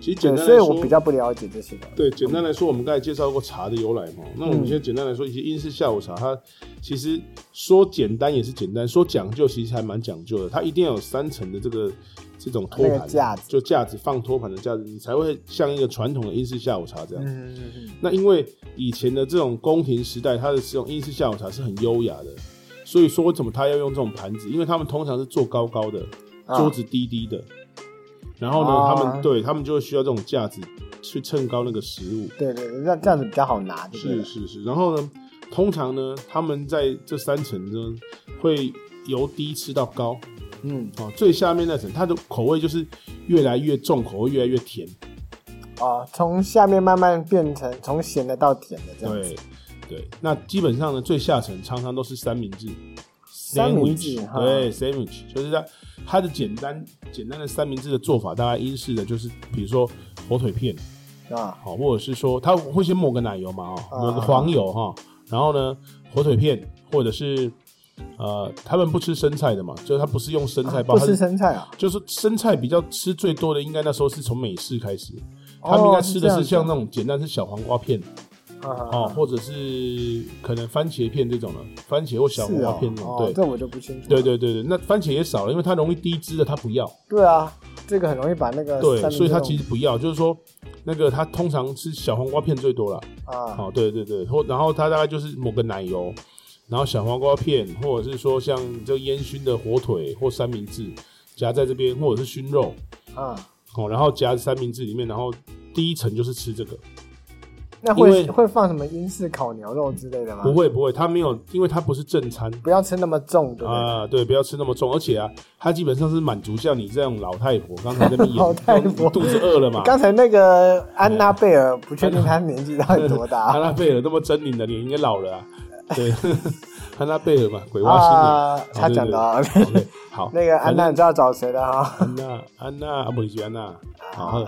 Speaker 1: 其实简单
Speaker 2: 对，
Speaker 1: 来
Speaker 2: 所以
Speaker 1: 说，
Speaker 2: 我比较不了解这些的。
Speaker 1: 对简单来说，我们刚才介绍过茶的由来嘛。那我
Speaker 2: 嗯
Speaker 1: 们先简单来说，一些英式下午茶，它其实说简单也是简单，说讲究其实还蛮讲究的。它一定要有三层的这个这种托
Speaker 2: 那
Speaker 1: 盘
Speaker 2: 个架子
Speaker 1: 就架子放托盘的架子，你才会像一个传统的英式下午茶这样。
Speaker 2: 嗯嗯嗯
Speaker 1: 那因为以前的这种宫廷时代，它的这种英式下午茶是很优雅的，所以说为什么他要用这种盘子？因为他们通常是坐高高的，
Speaker 2: 啊
Speaker 1: 桌子低低的，然后呢，
Speaker 2: 啊
Speaker 1: 他们对他们就会需要这种架子去称高那个食物。
Speaker 2: 啊对对对，那这样子比较好拿，对不
Speaker 1: 是
Speaker 2: 对？
Speaker 1: 是是，然后呢，通常呢，他们在这三层呢会由低吃到高
Speaker 2: 嗯，
Speaker 1: 啊，最下面那层它的口味就是越来越重，口味越来越甜。
Speaker 2: 哦，从下面慢慢变成从咸的到甜的这样子。
Speaker 1: 对对，那基本上呢，最下层常常都是三明治。
Speaker 2: 三明治
Speaker 1: sandwich，
Speaker 2: 哈，
Speaker 1: 对，sandwich 就是它它的简单简单的三明治的做法，大概英式的就是比如说火腿片，
Speaker 2: 啊，
Speaker 1: 好，或者是说它会先抹个奶油嘛，哦，
Speaker 2: 啊
Speaker 1: 抹个黄油哈，然后呢火腿片或者是呃他们不吃生菜的嘛，就是它不是用生菜包，
Speaker 2: 不
Speaker 1: 它
Speaker 2: 吃
Speaker 1: 是
Speaker 2: 生菜啊，
Speaker 1: 就是生菜比较吃最多的，应该那时候是从美式开始，
Speaker 2: 哦
Speaker 1: 他们应该吃的是
Speaker 2: 是这
Speaker 1: 像
Speaker 2: 样子
Speaker 1: 那种简单是小黄瓜片哦，
Speaker 2: 哦，
Speaker 1: 或者是可能番茄片这种的，番茄或小黄
Speaker 2: 是
Speaker 1: 瓜
Speaker 2: 哦
Speaker 1: 片那种，
Speaker 2: 哦
Speaker 1: 对，
Speaker 2: 这我就不清楚。
Speaker 1: 对对对对，那番茄也少了，因为它容易低脂的，它不要。
Speaker 2: 对啊，这个很容易把那个
Speaker 1: 对
Speaker 2: 呃三，明治
Speaker 1: 所以它
Speaker 2: 弄
Speaker 1: 其实不要，就是说那个它通常吃小黄瓜片最多了。
Speaker 2: 啊，
Speaker 1: 哦，对对对，或然后它大概就是抹个奶油，然后小黄瓜片，或者是说像这个烟熏的火腿或三明治夹在这边，或者是熏肉
Speaker 2: 啊，
Speaker 1: 哦，然后夹在三明治里面，然后第一层就是吃这个。
Speaker 2: 那
Speaker 1: 因
Speaker 2: 会
Speaker 1: 为
Speaker 2: 会放什么英式烤牛肉之类的吗？
Speaker 1: 不会不会，它没有，因为它不是正餐。
Speaker 2: 不要吃那么重，对不对？
Speaker 1: 啊，对，不要吃那么重，而且啊，它基本上是满足像你这种老太婆，刚才在那边演
Speaker 2: 老太婆
Speaker 1: 肚子饿了嘛，
Speaker 2: 刚才那个安娜贝尔，不确定她年纪到 底多
Speaker 1: 安
Speaker 2: 大啊
Speaker 1: 娜贝尔那么狰狞的脸，也老了啊。对， 安娜贝尔嘛，鬼娃新
Speaker 2: 啊？
Speaker 1: 对
Speaker 2: 她讲的啊，
Speaker 1: 的。OK，好，
Speaker 2: 那个安娜，你知道找谁的啊
Speaker 1: 安娜，安娜，阿布里吉安娜，好， 好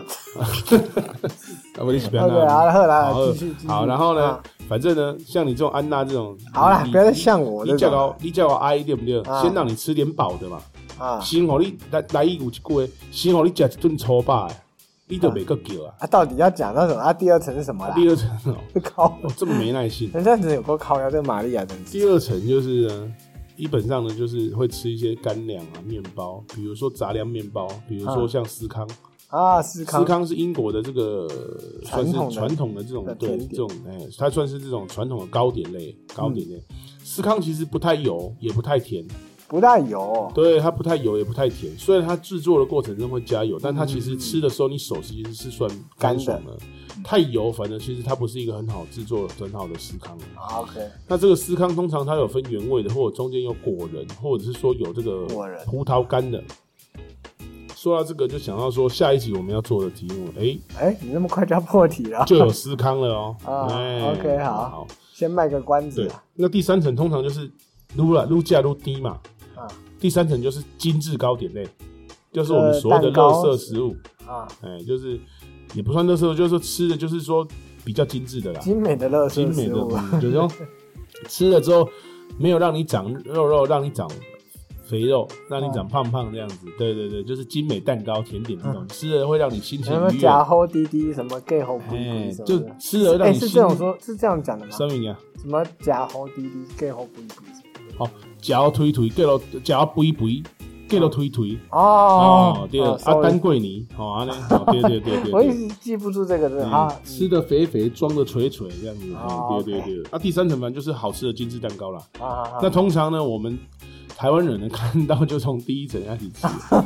Speaker 1: 阿布里吉安
Speaker 2: ？OK
Speaker 1: 娜。
Speaker 2: 啊，后来
Speaker 1: 好
Speaker 2: 继续继续。
Speaker 1: 好，然后呢
Speaker 2: 啊？？
Speaker 1: 反正呢，像你这种安娜这种，
Speaker 2: 好啦
Speaker 1: 你，
Speaker 2: 不要再像我
Speaker 1: 你
Speaker 2: 这
Speaker 1: 叫
Speaker 2: 种
Speaker 1: 到你叫到阿姨对不对？
Speaker 2: 啊
Speaker 1: 先让你吃点饱的嘛，
Speaker 2: 啊
Speaker 1: 先让你来来一有一句话，先让你吃一顿粗饱的，你就袂个叫啊。
Speaker 2: 啊，到底要讲到什么？啊，第二层是什么啦？
Speaker 1: 第二层哦，
Speaker 2: 靠，
Speaker 1: 哦这么没耐心。
Speaker 2: 人家只有过靠腰，这个玛利亚真是
Speaker 1: 第二层就是呢，基本上呢就是会吃一些干粮啊、面包，比如说杂粮面包，比如说像司康，
Speaker 2: 啊，
Speaker 1: 司
Speaker 2: 思康
Speaker 1: 康是英国的这个算是
Speaker 2: 传统的
Speaker 1: 传统的这种
Speaker 2: 的
Speaker 1: 对
Speaker 2: 甜点
Speaker 1: 这种哎，它算是这种传统的糕点类糕点类。
Speaker 2: 嗯
Speaker 1: 司康其实不太油，也不太甜，
Speaker 2: 不大油
Speaker 1: 对它不太油也不太甜。虽然它制作的过程中会加油，但它
Speaker 2: 嗯
Speaker 1: 其实吃的时候你手其实是算干爽的。太油，反正其实它不是一个很好制作、很好的司康。
Speaker 2: 啊，OK，
Speaker 1: 那这个司康通常它有分原味的，或者中间有果仁，或者是说有这个
Speaker 2: 果仁
Speaker 1: 葡萄干的。说到这个，就想到说下一集我们要做的题目，哎、
Speaker 2: 哎，你那么快就要破题了，
Speaker 1: 就有司康了哦、
Speaker 2: 啊
Speaker 1: 哎
Speaker 2: OK，好
Speaker 1: 好，
Speaker 2: 先卖个关子
Speaker 1: 对
Speaker 2: 啊。
Speaker 1: 那第三层通常就是撸了撸价撸低嘛，
Speaker 2: 啊
Speaker 1: 第三层就是精致糕点类，就是我们所谓的
Speaker 2: 呃蛋糕
Speaker 1: 垃圾食物，
Speaker 2: 啊，
Speaker 1: 哎、就是也不算垃圾食物，就是说吃的就是说比较精致的啦，
Speaker 2: 精美的乐色
Speaker 1: 精美
Speaker 2: 食
Speaker 1: 的
Speaker 2: 物，
Speaker 1: 嗯，就是说吃了之后没有让你长肉肉，让你长肥肉，让你长胖胖这样子。对对对，就是精美蛋糕、甜点这种，吃了会让你心情
Speaker 2: 嗯什么
Speaker 1: 愉悦。
Speaker 2: 假猴滴滴，什么 gay 猴鬼
Speaker 1: 啊哎
Speaker 2: 鬼什，
Speaker 1: 就
Speaker 2: 么的，
Speaker 1: 吃了会让
Speaker 2: 哎
Speaker 1: 你
Speaker 2: 是
Speaker 1: 心
Speaker 2: 这种说，是这样讲的吗？
Speaker 1: 生命啊，
Speaker 2: 什么假猴滴滴，gay 猴鬼鬼什么的
Speaker 1: 哦，嚼推推，给了嚼肥肥，给了推推。
Speaker 2: 哦
Speaker 1: 哦，，对了，啊，
Speaker 2: sorry
Speaker 1: 丹桂泥，好啊，那对对对对
Speaker 2: 我一
Speaker 1: 对。
Speaker 2: 直记不住这个字
Speaker 1: 嗯
Speaker 2: 啊。
Speaker 1: 吃的肥肥，装的垂垂，这样子。
Speaker 2: 哦
Speaker 1: 哎对对对。啊，第三层反正就是好吃的精致蛋糕啦。
Speaker 2: 啊啊
Speaker 1: 那通常呢，我们台湾人呢 看到就从第一层开始吃，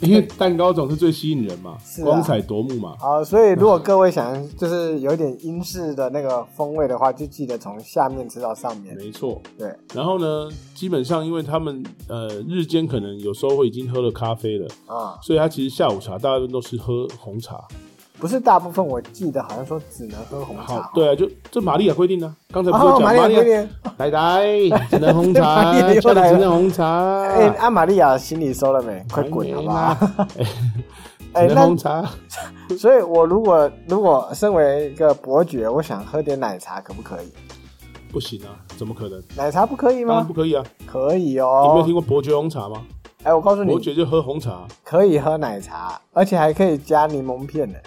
Speaker 1: 因为蛋糕总是最吸引人嘛，
Speaker 2: 是啊
Speaker 1: 光彩夺目嘛。
Speaker 2: 好，所以如果各位想就是有点英式的那个风味的话，就记得从下面吃到上面。
Speaker 1: 没错，
Speaker 2: 对，
Speaker 1: 然后呢，基本上因为他们呃日间可能有时候会已经喝了咖啡了，
Speaker 2: 啊、
Speaker 1: 所以他其实下午茶大部分都是喝红茶。
Speaker 2: 不是大部分我记得好像说只能喝红茶
Speaker 1: 好，。对啊，就这玛利亚规定呢、啊，刚才不是
Speaker 2: 哦
Speaker 1: 有讲
Speaker 2: 玛利亚
Speaker 1: 玛利
Speaker 2: 规
Speaker 1: 亚
Speaker 2: 定，
Speaker 1: 奶奶只能 红
Speaker 2: 玛
Speaker 1: 茶
Speaker 2: 利亚，又
Speaker 1: 叫你
Speaker 2: 来了
Speaker 1: 只能红茶，
Speaker 2: 哎、阿玛利亚行李收了没？快滚好不好？哎
Speaker 1: 哎，只
Speaker 2: 那
Speaker 1: 能红茶。
Speaker 2: 所以，我如果如果身为一个伯爵，我想喝点奶茶，可不可以？
Speaker 1: 不行啊，怎么可能？
Speaker 2: 奶茶不可以
Speaker 1: 当然
Speaker 2: 吗
Speaker 1: 不？可以啊！
Speaker 2: 可以
Speaker 1: 你没有
Speaker 2: 哦
Speaker 1: 听。过伯爵红茶吗？
Speaker 2: 哎、我告诉你
Speaker 1: 伯，爵就喝红茶
Speaker 2: 可以喝奶茶，而且还可以加柠檬片呢。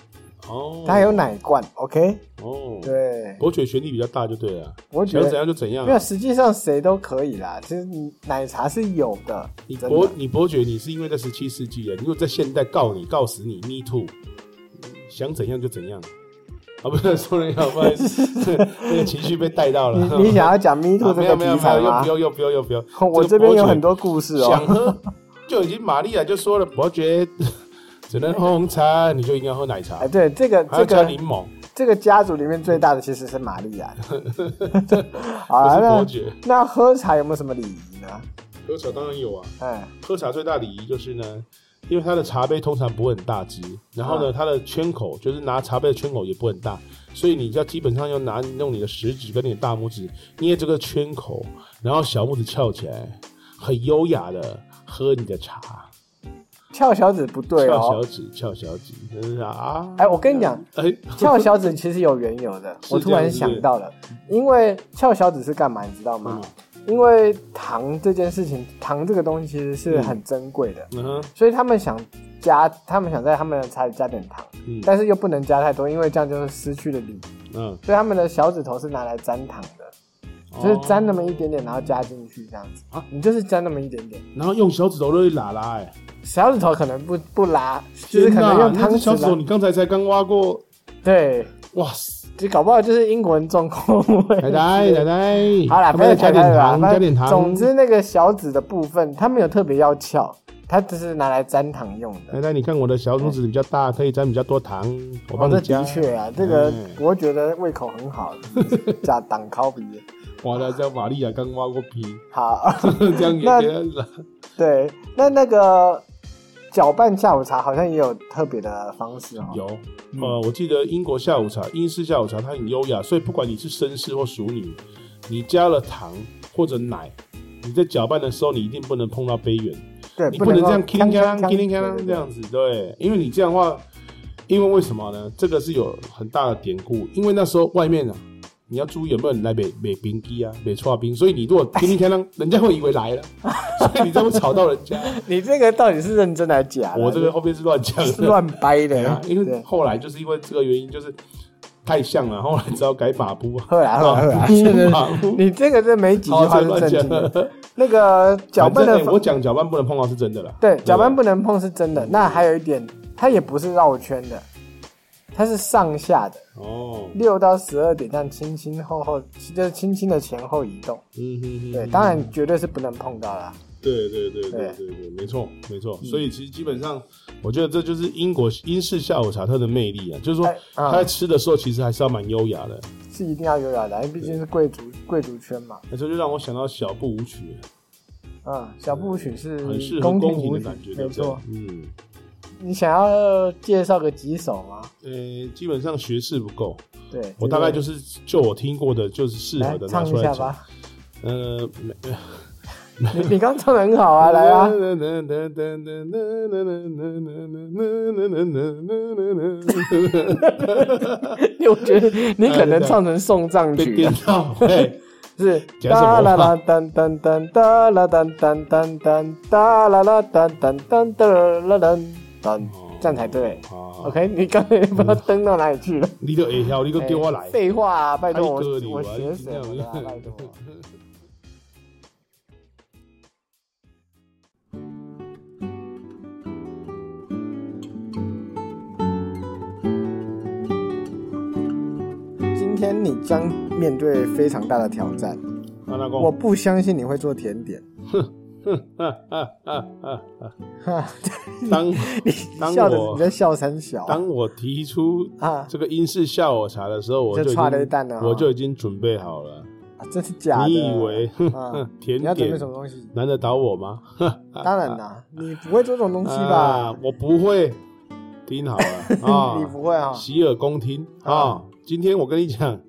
Speaker 1: 哦，
Speaker 2: 它还有奶罐，OK？
Speaker 1: 哦，
Speaker 2: 对，
Speaker 1: 伯爵权力比较大就对了啊，
Speaker 2: 伯爵
Speaker 1: 想怎样就怎样
Speaker 2: 没有，
Speaker 1: 啊。
Speaker 2: 实际上谁都可以啦。其实你奶茶是有的，
Speaker 1: 你
Speaker 2: 真
Speaker 1: 伯
Speaker 2: 的
Speaker 1: 你伯爵，你是因为在十七世纪啊，如果在现代告你告死你，me too，想怎样就怎样啊！不是说人要，不好意 思，那个情绪被带到了。
Speaker 2: 你你想要讲 Me Too
Speaker 1: 啊
Speaker 2: 这
Speaker 1: 没
Speaker 2: 个
Speaker 1: 有没有
Speaker 2: 题
Speaker 1: 没
Speaker 2: 材
Speaker 1: 有，又
Speaker 2: 吗。
Speaker 1: 不？要又不要又不要
Speaker 2: 我
Speaker 1: 个
Speaker 2: 这边
Speaker 1: 伯
Speaker 2: 有
Speaker 1: 爵
Speaker 2: 很多故事
Speaker 1: 想
Speaker 2: 哦。
Speaker 1: 喝，就已经玛利亚就说了，伯爵只能喝红茶，你就应该喝奶茶
Speaker 2: 哎，，对，这个
Speaker 1: 还要
Speaker 2: 这
Speaker 1: 加
Speaker 2: 个
Speaker 1: 柠檬，
Speaker 2: 这个家族里面最大的其实是玛 利亚。好
Speaker 1: 不
Speaker 2: 啊，
Speaker 1: 是伯
Speaker 2: 那
Speaker 1: 爵。
Speaker 2: 那喝茶有没有什么礼仪呢？
Speaker 1: 喝茶当然有啊，
Speaker 2: 哎，
Speaker 1: 喝茶最大礼仪就是呢，因为它的茶杯通常不会很大只，然后
Speaker 2: 啊
Speaker 1: 呢，它的圈口就是拿茶杯的圈口也不会很大，所以你要基本上要拿用你的食指跟你的大拇指捏这个圈口，然后小拇指翘起来，很优雅的喝你的茶，
Speaker 2: 翘小指不对
Speaker 1: 翘小
Speaker 2: 哦。
Speaker 1: 指，翘小指，真是啊，
Speaker 2: 哎，我跟你讲，
Speaker 1: 哎，
Speaker 2: 翘小指其实有缘由 的。
Speaker 1: 是
Speaker 2: 我突然
Speaker 1: 这样
Speaker 2: 想
Speaker 1: 子
Speaker 2: 到了，因为翘小指是干嘛，你知道吗？
Speaker 1: 嗯
Speaker 2: 因为糖这件事情，糖这个东西其实是很珍贵的，
Speaker 1: 嗯哼，
Speaker 2: 所以他们想加，他们想在他们的茶里加点糖，
Speaker 1: 嗯
Speaker 2: 但是又不能加太多，因为这样就是失去了礼仪。
Speaker 1: 嗯，
Speaker 2: 所以他们的小指头是拿来沾糖的，就是
Speaker 1: 哦
Speaker 2: 沾那么一点点，然后加进去这样子
Speaker 1: 啊。
Speaker 2: 你就是沾那么一点点，
Speaker 1: 然后用小指头去拉拉，哎，
Speaker 2: 小指头可能不不拉，就是可能用
Speaker 1: 天哪
Speaker 2: 汤
Speaker 1: 那只小指头，
Speaker 2: 匙
Speaker 1: 啊你
Speaker 2: 拉。
Speaker 1: 刚才才刚挖过，
Speaker 2: 对，
Speaker 1: 哇塞！
Speaker 2: 就搞不好就是英国人状况。
Speaker 1: 奶奶，奶奶，
Speaker 2: 好啦，
Speaker 1: 他
Speaker 2: 不
Speaker 1: 们
Speaker 2: 要
Speaker 1: 要加
Speaker 2: 讲
Speaker 1: 点
Speaker 2: 太
Speaker 1: 糖，
Speaker 2: 多了
Speaker 1: 加点糖。
Speaker 2: 反正总之，那个小指的部分，它没有特别要翘，它只是拿来沾糖用的。
Speaker 1: 奶奶，你看我的小拇指比较大，可以沾比较多糖，我帮你
Speaker 2: 哦这
Speaker 1: 加。
Speaker 2: 的确啊，这个
Speaker 1: 嗯
Speaker 2: 我觉得胃口 很好，加挡烤鼻。
Speaker 1: 哇，那叫玛利亚刚挖过皮，
Speaker 2: 好，
Speaker 1: 这样也
Speaker 2: 那
Speaker 1: 这样子啊
Speaker 2: 对，那那个搅拌下午茶好像也有特别的方式哦。
Speaker 1: 有。呃，我记得英国下午茶，英式下午茶它很优雅，所以不管你是绅士或淑女，你加了糖或者奶，你在搅拌的时候，你一定不能碰到杯缘，
Speaker 2: 对，
Speaker 1: 你不能
Speaker 2: 够
Speaker 1: 这样叮叮当
Speaker 2: 锵锵锵
Speaker 1: 当叮叮当当
Speaker 2: 对对
Speaker 1: 这样子，对，因为你这样的话，因为为什么呢？这个是有很大的典故，因为那时候外面啊，你要注意有没有人来买买冰机啊，买搓冰，所以你如果叮叮当当，人家会以为来了， 所以你这样会吵到人 家。
Speaker 2: 对你这个到底是认真来假的？
Speaker 1: 我这个后面是乱讲
Speaker 2: 你是
Speaker 1: 的，
Speaker 2: 乱掰
Speaker 1: 对啊
Speaker 2: 的，，
Speaker 1: 因为
Speaker 2: 嗯对
Speaker 1: 后来就是因为这个原因，就是太像了，后来只好改马步啊，
Speaker 2: 后 来后来后来，
Speaker 1: 马
Speaker 2: 真
Speaker 1: 步
Speaker 2: 的
Speaker 1: 马 步，
Speaker 2: 你这个这没几句
Speaker 1: 好，
Speaker 2: 话
Speaker 1: 这
Speaker 2: 是
Speaker 1: 乱
Speaker 2: 正
Speaker 1: 讲
Speaker 2: 经的。。那个搅
Speaker 1: 反
Speaker 2: 拌
Speaker 1: 正
Speaker 2: 的
Speaker 1: 哎
Speaker 2: 方
Speaker 1: 我嗯讲搅拌不能碰到是真的啦。
Speaker 2: 对，搅拌
Speaker 1: 不。
Speaker 2: 不能碰是真的。那还有一点，它也不是绕圈的，它是上下的，
Speaker 1: 哦，
Speaker 2: 六到十二点这样轻轻后后，就是轻轻的前后移动。
Speaker 1: 嗯哼哼，
Speaker 2: 对，
Speaker 1: 哼
Speaker 2: 当然绝对是不能碰到啦。
Speaker 1: 对对对对对对，没错没错。
Speaker 2: 嗯
Speaker 1: 所以其实基本上，我觉得这就是英国英式下午茶它的魅力啊，就是说
Speaker 2: 哎
Speaker 1: 他
Speaker 2: 啊
Speaker 1: 在吃的时候其实还是要蛮优雅的。
Speaker 2: 是一定要优雅的，因为毕竟是贵族贵族圈嘛。
Speaker 1: 那这就让我想到小步舞曲，
Speaker 2: 嗯，小步舞曲是
Speaker 1: 很适合
Speaker 2: 宫
Speaker 1: 宫
Speaker 2: 廷
Speaker 1: 廷
Speaker 2: 舞
Speaker 1: 的
Speaker 2: 曲
Speaker 1: 感觉，，对
Speaker 2: 没
Speaker 1: 不对
Speaker 2: 错。？
Speaker 1: 嗯，
Speaker 2: 你想要介绍个几首吗？
Speaker 1: 呃，基本上学识不够，
Speaker 2: 对，
Speaker 1: 我大概
Speaker 2: 这
Speaker 1: 就
Speaker 2: 个
Speaker 1: 是就我听过的，就是适合
Speaker 2: 来
Speaker 1: 的拿
Speaker 2: 唱
Speaker 1: 出
Speaker 2: 一
Speaker 1: 来
Speaker 2: 下
Speaker 1: 讲。
Speaker 2: 吧。
Speaker 1: 呃，没
Speaker 2: 你你刚唱的很 好啊，来啊！你我觉得你可能唱成送葬
Speaker 1: 被
Speaker 2: 曲
Speaker 1: 电
Speaker 2: 了，啊
Speaker 1: 到，对，
Speaker 2: 是
Speaker 1: 讲什么话
Speaker 2: 哒啦啦噔噔噔哒啦噔噔噔噔哒啦啦噔噔噔噔啦噔噔，这样才对。
Speaker 1: 好好
Speaker 2: OK，你刚才不知道登到哪里去了。
Speaker 1: 你都会晓，你都叫我来。
Speaker 2: 废话、啊，拜托我
Speaker 1: 太割礼
Speaker 2: 我
Speaker 1: 了
Speaker 2: 学什么的、啊？拜托。今天你将面对非常大的挑战，
Speaker 1: 安那
Speaker 2: 我
Speaker 1: 讲，
Speaker 2: 不相信你会做甜点。
Speaker 1: 啊啊啊啊啊！
Speaker 2: 哈，
Speaker 1: 当
Speaker 2: 你
Speaker 1: 当
Speaker 2: 笑的
Speaker 1: 我
Speaker 2: 你在笑三小
Speaker 1: 当我提出
Speaker 2: 啊
Speaker 1: 这个英式下午茶的时候，我
Speaker 2: 这
Speaker 1: 就已
Speaker 2: 差了一
Speaker 1: 经
Speaker 2: 蛋了哦
Speaker 1: 我就已经准备好了。
Speaker 2: 啊！真是假的？
Speaker 1: 你以为
Speaker 2: 啊
Speaker 1: 甜
Speaker 2: 你要准备
Speaker 1: 点
Speaker 2: 什么东西？
Speaker 1: 难得倒我吗？
Speaker 2: 当然啦，你不会做这种东西吧
Speaker 1: 啊？，我不会，听好了啊，
Speaker 2: 你不会啊？
Speaker 1: 洗耳恭听啊！今天我跟你讲，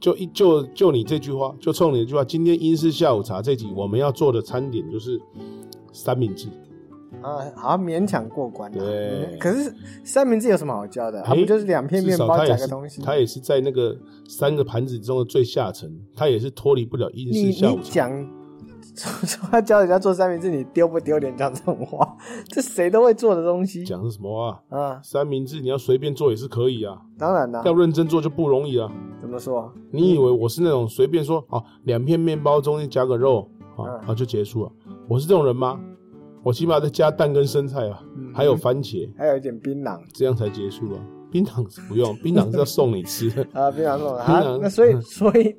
Speaker 1: 就一就就你这句话，就冲你这句话，今天英式下午茶这集我们要做的餐点就是三明治。
Speaker 2: 啊，好像勉强过关了。
Speaker 1: 对
Speaker 2: 可是三明治有什么好教的？它
Speaker 1: 诶
Speaker 2: 不就是两片
Speaker 1: 至
Speaker 2: 面
Speaker 1: 少
Speaker 2: 包
Speaker 1: 它
Speaker 2: 夹
Speaker 1: 也
Speaker 2: 个
Speaker 1: 是
Speaker 2: 东西？
Speaker 1: 它也是在那个三个盘子中的最下层，它也是脱离不了英
Speaker 2: 你
Speaker 1: 式下
Speaker 2: 你
Speaker 1: 午茶。
Speaker 2: 讲说 说他教人家做三明治，你丢不丢脸讲这种话？这谁都会做的东西
Speaker 1: 讲是什么啊？
Speaker 2: 啊！
Speaker 1: 三明治你要随便做也是可以啊，
Speaker 2: 当然啦，
Speaker 1: 要认真做就不容易啊。
Speaker 2: 怎么说？
Speaker 1: 你以为我是那种随便说啊，两片面包中间加个肉啊
Speaker 2: 嗯，
Speaker 1: 啊就结束了？我是这种人吗？我起码再加蛋跟生菜啊，
Speaker 2: 嗯
Speaker 1: 还有番茄，
Speaker 2: 还有一点槟榔。
Speaker 1: 这样才结束啊。槟榔是不用，槟榔是要送你吃的
Speaker 2: 啊，槟榔这种的
Speaker 1: 槟
Speaker 2: 啊
Speaker 1: 榔，
Speaker 2: 那所以所以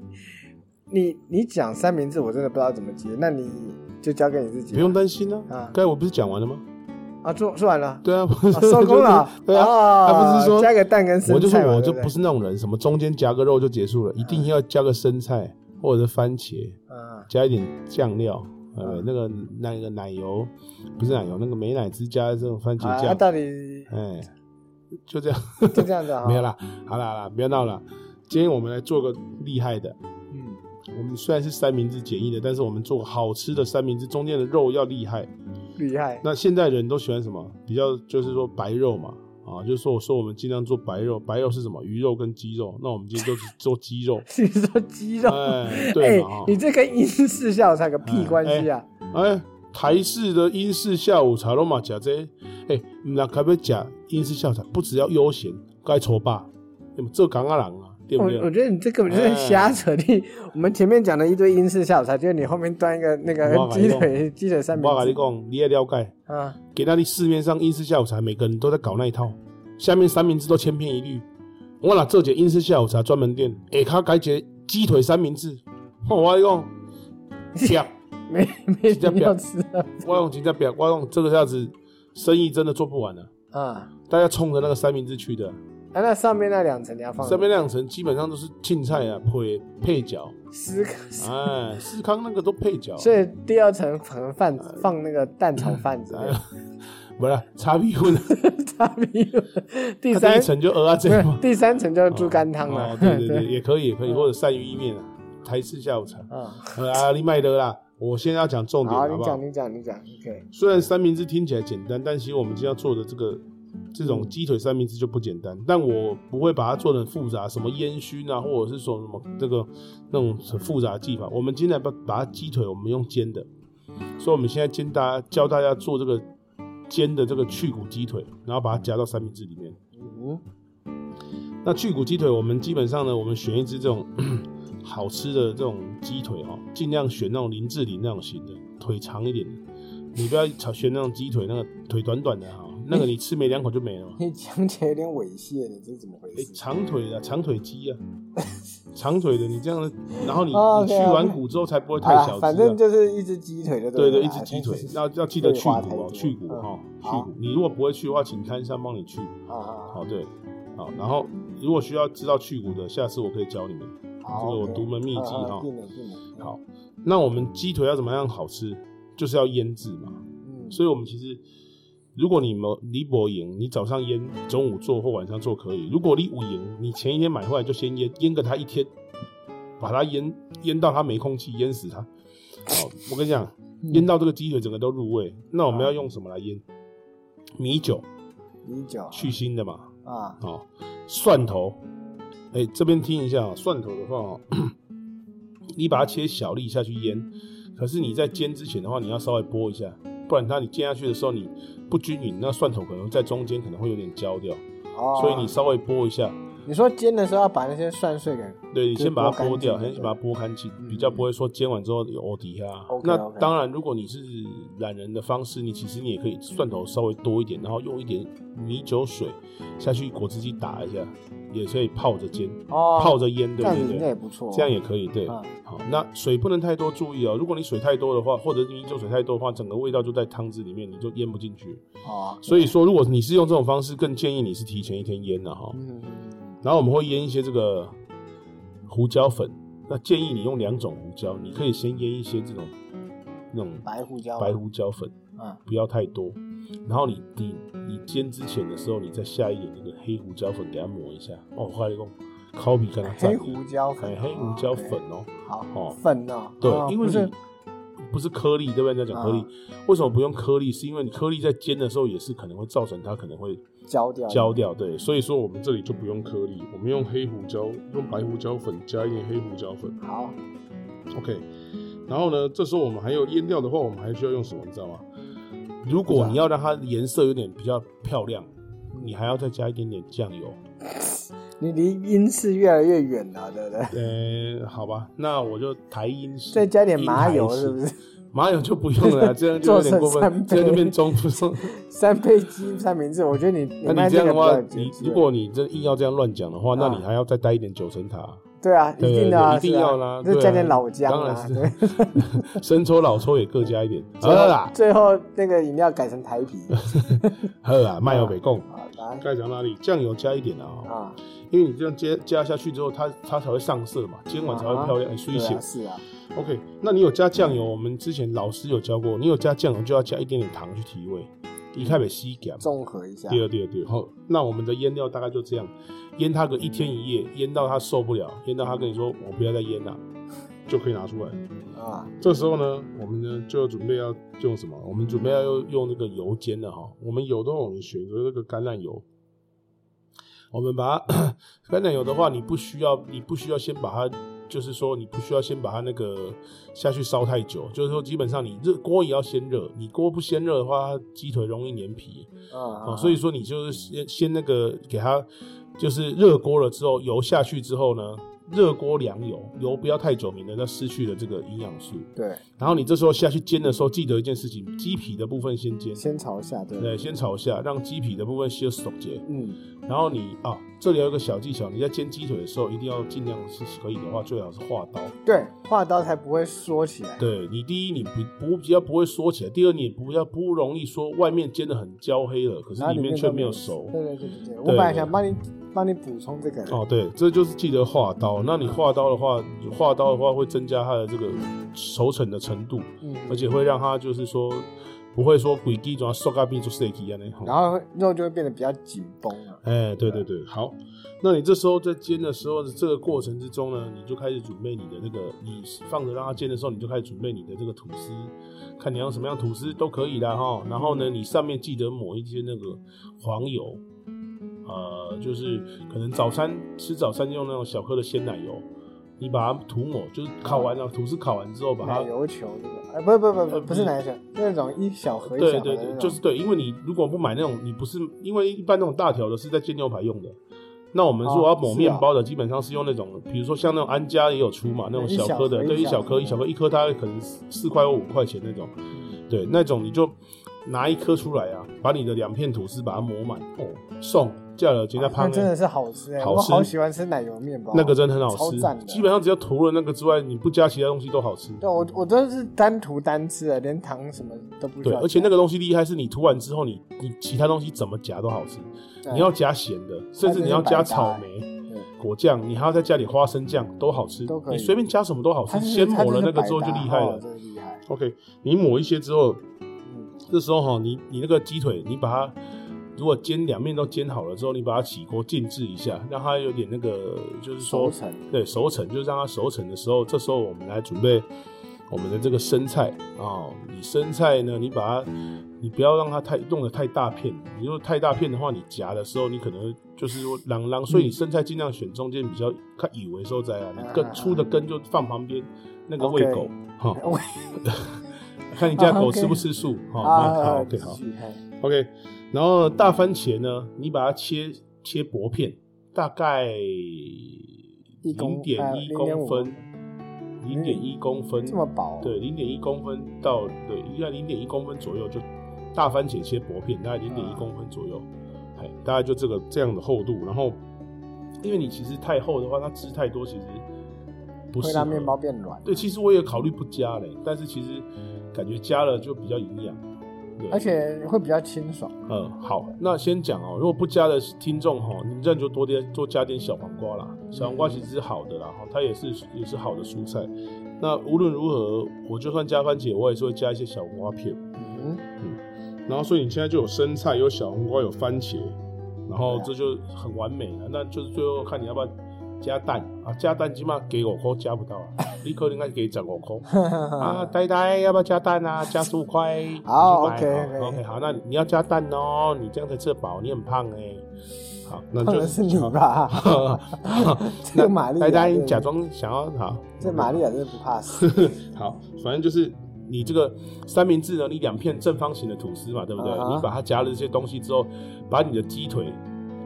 Speaker 2: 你你讲三明治，我真的不知道怎么接，那你就交给你自己吧。
Speaker 1: 不用担心啊
Speaker 2: 啊，
Speaker 1: 刚才我不是讲完了吗？
Speaker 2: 啊，做做完 了，
Speaker 1: 对啊，不是
Speaker 2: 啊收工
Speaker 1: 。
Speaker 2: 了哦
Speaker 1: 对啊，他不是说
Speaker 2: 加个蛋跟生菜嘛，
Speaker 1: 我就说我就
Speaker 2: 对对
Speaker 1: 不是那种人，什么中间夹个肉就结束了，一定要加个生菜
Speaker 2: 嗯
Speaker 1: 或者是番茄，
Speaker 2: 啊
Speaker 1: 加一点酱料，呃，那个那个奶油，不是奶油，那个美乃滋加这种番茄
Speaker 2: 啊，那
Speaker 1: 酱，
Speaker 2: 到底
Speaker 1: 哎，就这样，？
Speaker 2: 就这样子啊
Speaker 1: 没有啦，好啦好啦，不要闹了。今天我们来做个厉害的，
Speaker 2: 嗯，
Speaker 1: 我们虽然是三明治简易的，但是我们做个好吃的三明治，中间的肉要厉害。
Speaker 2: 厉害，，
Speaker 1: 那现代人都喜欢什么？比较就是说白肉嘛，啊，就是说我说我们尽量做白肉，白肉是什么？鱼肉跟鸡肉。那我们今天就只做鸡肉
Speaker 2: 你说鸡肉？
Speaker 1: 哎，对嘛
Speaker 2: 哎
Speaker 1: 哈，
Speaker 2: 你这跟英式下午茶有个屁关系啊！
Speaker 1: 哎，台式的英式下午茶都嘛吃这个哎，那可不可以讲英式下午茶？不只要悠闲，该愁吧？对嘛，做港啊人啊，对
Speaker 2: 我
Speaker 1: 不对？
Speaker 2: 我觉得你这根
Speaker 1: 嗯
Speaker 2: 本就是瞎扯你。我们前面讲了一堆英式下午茶，就是你后面端一个那个
Speaker 1: 我跟
Speaker 2: 鸡
Speaker 1: 你讲
Speaker 2: 腿鸡腿三明
Speaker 1: 我跟你
Speaker 2: 治
Speaker 1: 讲，你也了解，
Speaker 2: 啊！
Speaker 1: 给那里市面上英式下午茶，每个人都在搞那一套，下面三明治都千篇一律。我哪这节英式下午茶专门店，下骹改一个鸡腿三明治，哦我跟你 讲，啪
Speaker 2: 没没
Speaker 1: 这
Speaker 2: 人
Speaker 1: 表
Speaker 2: 要吃啊
Speaker 1: 我用真正表，我用这个下子生意真的做不完了、
Speaker 2: 啊！啊，
Speaker 1: 大家冲着那个三明治去的，
Speaker 2: 那上面那两层你要放
Speaker 1: 上面两层基本上都是青菜啊，配配角，
Speaker 2: 十个，
Speaker 1: 哎，思康那个都配角，
Speaker 2: 所以第二层可能饭放那个蛋炒饭之类的。
Speaker 1: 哎不是叉屁股的，
Speaker 2: 差评。第
Speaker 1: 它第一
Speaker 2: 三
Speaker 1: 层就鹅啊这
Speaker 2: 没
Speaker 1: 样
Speaker 2: 有
Speaker 1: 嘛，
Speaker 2: 第三层叫猪肝汤啊
Speaker 1: 哦
Speaker 2: 了。
Speaker 1: 对对对，也可以也可以，或者鳝鱼意面啊，台式下午 茶。
Speaker 2: 啊，
Speaker 1: 呃啊，你麦德啦，我现在要讲重点，
Speaker 2: 好，
Speaker 1: 好不
Speaker 2: 你
Speaker 1: 好
Speaker 2: 讲，？你讲，你讲，OK。
Speaker 1: 虽然三明治听起来简单，但其实我们今天要做的这个这种鸡腿三明治就不简单。但我不会把它做的很复杂，什么烟熏啊，或者是说什么这个那种很复杂的技法。我们今天把把它鸡腿，我们用煎的，所以我们现在煎大家教大家做这个煎的这个去骨鸡腿，然后把它夹到三明治里面。
Speaker 2: 嗯，
Speaker 1: 那去骨鸡腿，我们基本上呢，我们选一只这种 好吃的这种鸡腿哦，尽量选那种林志玲那种型的，腿长一点的。你不要炒选那种鸡腿，那个腿短短的哈、那个你吃没两口就没了嘛。
Speaker 2: 你讲起来有点猥亵，你这是怎么回
Speaker 1: 哎、
Speaker 2: 事？
Speaker 1: 长腿的长腿鸡啊，长腿的你这样的，然后你
Speaker 2: 哦
Speaker 1: 你去
Speaker 2: ，OK，
Speaker 1: 完
Speaker 2: OK
Speaker 1: 骨之后才不会太小
Speaker 2: 好
Speaker 1: 只、
Speaker 2: 啦，
Speaker 1: 啊。
Speaker 2: 反正就是一只鸡腿就
Speaker 1: 对
Speaker 2: 了
Speaker 1: 对，
Speaker 2: 啦
Speaker 1: 一只鸡腿
Speaker 2: 真是，
Speaker 1: 要要记得去
Speaker 2: 废话太
Speaker 1: 骨哦
Speaker 2: 多，
Speaker 1: 去骨
Speaker 2: 嗯
Speaker 1: 哈、去
Speaker 2: 好
Speaker 1: 骨。你如果不会去的话，请摊商帮你去。
Speaker 2: 啊啊
Speaker 1: 好，对，好。然后如果需要知道去骨的，下次我可以教你们。
Speaker 2: 啊！
Speaker 1: 这
Speaker 2: 好
Speaker 1: 个我独门秘籍哈
Speaker 2: 定了定了。
Speaker 1: 好，那我们鸡腿要怎么样好吃，就是要腌制嘛。
Speaker 2: 嗯，
Speaker 1: 所以我们其实，如果你没你不赢，你早上腌，中午做或晚上做可以。如果你五赢，你前一天买回来就先腌，腌个它一天，把它腌腌到它没空气，腌死它。好，我跟你讲，
Speaker 2: 嗯
Speaker 1: 腌到这个鸡腿整个都入味。那我们要用什么来腌？米酒
Speaker 2: 米酒
Speaker 1: 去腥的嘛，
Speaker 2: 啊，
Speaker 1: 哦，啊蒜头，哎、这边听一下、哦，蒜头的话、哦， 你把它切小粒下去腌，可是你在煎之前的话，你要稍微拨一下，不然它你煎下去的时候你不均匀，那蒜头可能在中间可能会有点焦掉，
Speaker 2: 哦，
Speaker 1: 所以你稍微拨一下，
Speaker 2: 你说煎的时候要把那些蒜碎给
Speaker 1: 对你
Speaker 2: 就
Speaker 1: 先把它
Speaker 2: 拨
Speaker 1: 剥
Speaker 2: 干
Speaker 1: 掉，
Speaker 2: 净
Speaker 1: 先先把它剥干净，
Speaker 2: 嗯
Speaker 1: 比较不会说煎完之后有底下。啊
Speaker 2: OK，
Speaker 1: 那
Speaker 2: OK
Speaker 1: 当然，如果你是懒人的方式，你其实你也可以蒜头稍微多一点，然后用一点米酒水下去果汁机打一下，也可以泡着煎，
Speaker 2: 哦，
Speaker 1: 泡着腌，对
Speaker 2: 这样子
Speaker 1: 对
Speaker 2: 应该
Speaker 1: 对，
Speaker 2: 也不错，
Speaker 1: 这样也可以，对。
Speaker 2: 啊
Speaker 1: 好，那水不能太多，注意哦。如果你水太多的话，或者米酒水太多的话，整个味道就在汤汁里面，你就腌不进去。
Speaker 2: 哦，
Speaker 1: 所以说，如果你是用这种方式，更建议你是提前一天腌的、哈。
Speaker 2: 嗯，
Speaker 1: 然后我们会腌一些这个胡椒粉，那建议你用两种胡椒，你可以先腌一些这种那种
Speaker 2: 白胡椒，
Speaker 1: 白，胡椒粉，
Speaker 2: 嗯，
Speaker 1: 不要太多。然后你你你煎之前的时候，你再下一点那个黑胡椒粉给它抹一下。哦，我跟你讲，烤比跟它蘸
Speaker 2: 黑胡椒粉
Speaker 1: 哎，黑胡椒粉哦，
Speaker 2: 好
Speaker 1: 哦
Speaker 2: 粉哦，
Speaker 1: 对
Speaker 2: 哦，
Speaker 1: 因为
Speaker 2: 不是啊
Speaker 1: 你不是颗粒，对不对？人家讲颗粒，为什么不用颗粒？是因为你颗粒在煎的时候也是可能会造成它可能会
Speaker 2: 焦掉的，
Speaker 1: 焦掉，对，
Speaker 2: 嗯
Speaker 1: 所以说我们这里就不用颗粒，我们用黑胡椒，用白胡椒粉加一点黑胡椒粉
Speaker 2: 好，
Speaker 1: ，OK。然后呢，这时候我们还有腌料的话，我们还需要用什么，你知道吗？如果你要让它颜色有点比较漂亮，你还要再加一点点酱油。
Speaker 2: 你离英式越来越远了，对不对？
Speaker 1: 呃，好吧，那我就台英式，
Speaker 2: 嗯再加点麻
Speaker 1: 英
Speaker 2: 油
Speaker 1: 台式
Speaker 2: 是不是？
Speaker 1: 麻油就不用了啦，啊这样就有点过
Speaker 2: 做成三
Speaker 1: 分，
Speaker 2: 杯
Speaker 1: 这样就变中不 中。
Speaker 2: 三杯鸡三明治，我觉得你
Speaker 1: 那
Speaker 2: 卖
Speaker 1: 你这样的
Speaker 2: 个比较
Speaker 1: 话
Speaker 2: 有，
Speaker 1: 你
Speaker 2: 经济
Speaker 1: 如果你这硬要这样乱讲的话，那
Speaker 2: 啊
Speaker 1: 你还要再带一点九层塔。
Speaker 2: 对啊，
Speaker 1: 对
Speaker 2: 一定的啊，
Speaker 1: 对对一定要
Speaker 2: 是
Speaker 1: 啦
Speaker 2: 啊，
Speaker 1: 对啊
Speaker 2: 就加点老姜
Speaker 1: 当然
Speaker 2: 啊，
Speaker 1: 是
Speaker 2: 对。
Speaker 1: 生抽、老抽也各加一 点。喝
Speaker 2: 最后
Speaker 1: 啦，
Speaker 2: 最后那个饮料改成台 啤
Speaker 1: 喝啦，卖油北贡。
Speaker 2: 啊，来
Speaker 1: 该讲哪里？酱油加一点啊，
Speaker 2: 啊，
Speaker 1: 因为你这样加加下去之后，它它才会上色嘛，今晚才会漂亮、哎水
Speaker 2: 对
Speaker 1: 显
Speaker 2: 啊，。是啊，
Speaker 1: OK，那你有加酱油？我们之前老师有教过，你有加酱油就要加一点点糖去提味，一开始吸感。
Speaker 2: 综合一下
Speaker 1: 第，二，第二，第二。啊好，那我们的腌料大概就这样，腌它个一天一夜，腌到它受不了，腌到它跟你说我不要再腌了，就可以拿出来。
Speaker 2: 啊，
Speaker 1: 这时候呢，我们呢就准备要用什么？我们准备要用用那个油煎的哈。我们油的话，我们选择那个橄榄油。我们把 它橄榄油的话，你不需要，你不需要先把它，就是说你不需要先把它那个下去烧太久。就是说，基本上你热锅也要先热，你锅不先热的话，它鸡腿容易粘皮
Speaker 2: 啊
Speaker 1: 啊。所以说，你就是先先那个给它，就是热锅了之后，油下去之后呢，热锅凉油，油不要太久，免得它失去了这个营养素。
Speaker 2: 对，
Speaker 1: 然后你这时候下去煎的时候，记得一件事情：鸡皮的部分先煎，
Speaker 2: 先炒一下，对，
Speaker 1: 对，先炒一下，让鸡皮的部分先熟结。
Speaker 2: 嗯，
Speaker 1: 然后你啊，这里有一个小技巧，你在煎鸡腿的时候，一定要尽量是可以的话，最好是划刀。
Speaker 2: 对，画刀才不会缩起来，
Speaker 1: 对你，第一你不不比较不会缩起来，第二你也不要不容易说外面煎的很焦黑了，可是
Speaker 2: 然后
Speaker 1: 里面却
Speaker 2: 都
Speaker 1: 没有熟。
Speaker 2: 对对对对对，我
Speaker 1: 对
Speaker 2: 本来想帮你帮你补充这个的，
Speaker 1: 哦，对，这就是记得划刀。那你划刀的话，划刀的话会增加它的这个熟成的程度，
Speaker 2: 嗯，
Speaker 1: 而且会让它就是说不会说鬼地转缩咖病做 steak 一样啊那
Speaker 2: 嗯然后肉就会变得比较紧绷啊了，
Speaker 1: 哎，对对对，好。那你这时候在煎的时候，这个过程之中呢，你就开始准备你的那个，你放着让它煎的时候，你就开始准备你的这个吐司，看你要什么样吐司都可以啦哈。然后呢，你上面记得抹一些那个黄油，呃，就是可能早餐吃早餐用那种小颗的鲜奶油，你把它涂抹，就是烤完了吐司烤完之后把它
Speaker 2: 奶油球这个，哎，不不不
Speaker 1: 呃
Speaker 2: 不，
Speaker 1: 不
Speaker 2: 不
Speaker 1: 是
Speaker 2: 是奶油球，那种一小盒一
Speaker 1: 对
Speaker 2: 小
Speaker 1: 对
Speaker 2: 盒的
Speaker 1: 对，
Speaker 2: 那种，
Speaker 1: 就是对，因为你如果不买那种，你不是因为一般那种大条的是在煎牛排用的。那我们如果
Speaker 2: 哦
Speaker 1: 要抹
Speaker 2: 啊
Speaker 1: 面包的，基本上是用那种，比如说像那种安家也有出嘛，那种小颗的，
Speaker 2: 一小颗
Speaker 1: 对，
Speaker 2: 一
Speaker 1: 一小颗
Speaker 2: 小颗
Speaker 1: 一小颗，一颗大概可能四四块或五块钱那种，
Speaker 2: 嗯
Speaker 1: 对，那种你就拿一颗出来啊，把你的两片吐司把它抹满，哦，送，叫了，今天
Speaker 2: 啊那
Speaker 1: 胖
Speaker 2: 真的是好吃哎，
Speaker 1: 好
Speaker 2: 我
Speaker 1: 吃
Speaker 2: 好喜欢吃奶油面包，
Speaker 1: 那个真的很好
Speaker 2: 超赞的
Speaker 1: 吃，基本上只要涂了那个之外，你不加其他东西都好吃。
Speaker 2: 对我我都是单涂单吃的，连糖什么都不需
Speaker 1: 对，
Speaker 2: 要加。
Speaker 1: 而且那个东西厉害是你涂完之后，你你其他东西怎么夹都好吃。
Speaker 2: 对
Speaker 1: 你要加咸的，甚至你要加草莓
Speaker 2: 嗯
Speaker 1: 果酱，你还要再加点花生酱，都好吃
Speaker 2: 都。可
Speaker 1: 你
Speaker 2: 以
Speaker 1: 随便加什么都好
Speaker 2: 它
Speaker 1: 吃，
Speaker 2: 是
Speaker 1: 哦先抹了那个
Speaker 2: 它
Speaker 1: 之后
Speaker 2: 是
Speaker 1: 就
Speaker 2: 百搭
Speaker 1: 厉害
Speaker 2: 哦
Speaker 1: 了。
Speaker 2: 真的厉害。
Speaker 1: OK，你抹一些之后，
Speaker 2: 嗯，
Speaker 1: 这时候哈，你你那个鸡腿，你把它如果煎两面都煎好了之后，你把它起锅静置一下，让它有点那个就是说
Speaker 2: 熟 成
Speaker 1: 对熟成，就是让它熟成的时候，这时候我们来准备我们的这个生菜啊、哦你生菜呢，你把它你不要让它太弄得太大片。你如果太大片的话，你夹的时候你可能就是说啷啷，所以你生菜尽量选中间比较看以为受摘啊，你根粗的根就放旁边，那个喂狗哈。看你家狗吃不吃素哈。哦
Speaker 2: 啊 哦
Speaker 1: 好，OK 好，OK。然后大番茄呢，你把它切切薄片，大概零点
Speaker 2: 呃
Speaker 1: 一公分。零点一公分，
Speaker 2: 嗯这么薄？哦
Speaker 1: 对，零点一公分到对，应该零点一公分左右就大番茄切薄片，大概零
Speaker 2: 啊
Speaker 1: 点一公分左右，哎、嗯，大概就这个这样的厚度。然后，因为你其实太厚的话，它汁太多，其实不是啊
Speaker 2: 让面包变软。
Speaker 1: 对，其实我也考虑不加嘞，但是其实感觉加了就比较营养，
Speaker 2: 而且会比较清爽。
Speaker 1: 嗯，好，那先讲哦、喔，如果不加的听众哈、喔，你这样就多点多加点小黄瓜啦。小黄瓜其实是好的啦，哈，它也是也是好的蔬菜。那无论如何，我就算加番茄，我也是会加一些小黄瓜片。嗯嗯，然后所以你现在就有生菜，有小黄瓜，有番茄，然后这就很完美了。那就是最后看你要不要加蛋啊？加蛋起码给我扣加不到啊，你可能应该给十五扣啊。 呆呆要不要加蛋啊？加十五块。
Speaker 2: 好
Speaker 1: ，OK okay. OK 好，那你要加蛋哦，你这样才吃饱，你很胖哎、欸。好，那 就是
Speaker 2: 你 吧。这个玛丽，
Speaker 1: 呆呆假装想要好。
Speaker 2: 这玛丽亚真的不 怕死。
Speaker 1: 好，反正就是你这个三明治呢，你两片正方形的吐司嘛，对不
Speaker 2: 啊
Speaker 1: 对？你把它夹了这些东西之后，把你的鸡腿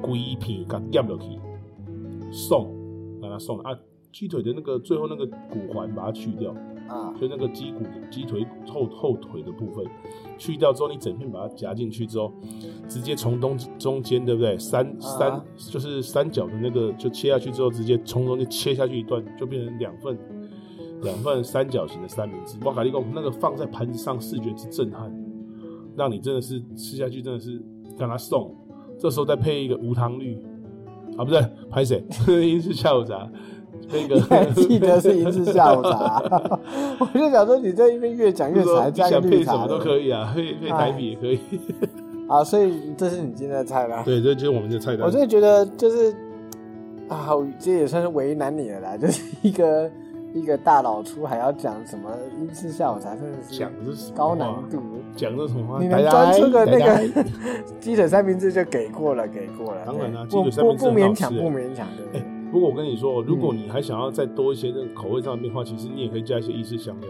Speaker 1: 骨一片给夹落去，送把它送啊，鸡腿的那个最后那个骨环把它去掉
Speaker 2: 嗯
Speaker 1: 啊，就那个鸡骨、鸡腿后后腿的部分去掉之后，你整片把它夹进去之后。直接从中中间，对不对？三
Speaker 2: 嗯
Speaker 1: 三、啊、就是三角的那个，就切下去之后，直接从中间切下去一段，就变成两份两份三角形的三明治。哇，卡利贡那个放在盘子上，视觉之震撼，让你真的是吃下去，真的是让它送。这时候再配一个无糖绿，啊，不对，拍谁？ 英式下午茶。那个
Speaker 2: 记得是一次下午茶， 我就想说你在一边越讲越才加
Speaker 1: 个茶，想配
Speaker 2: 绿
Speaker 1: 什么都可以啊，配配台啤也可以。
Speaker 2: 啊，所以这是你今天的菜 单。
Speaker 1: 对，这就是我们的菜单。
Speaker 2: 我真的觉得就是啊，这也算是为难你了啦， 就是一个一个大老粗还要讲什么英式下午茶，真的是
Speaker 1: 讲啊
Speaker 2: 高难度，
Speaker 1: 讲这什么话？
Speaker 2: 你能端出个那个鸡腿三明治就给过了，给过了。
Speaker 1: 当然啦，
Speaker 2: 不不不勉强，不
Speaker 1: 欸
Speaker 2: 勉强对。
Speaker 1: 不过我跟你说，哦如果你还想要再多一些那个口味上的变化，其实你也可以加一些意式香料。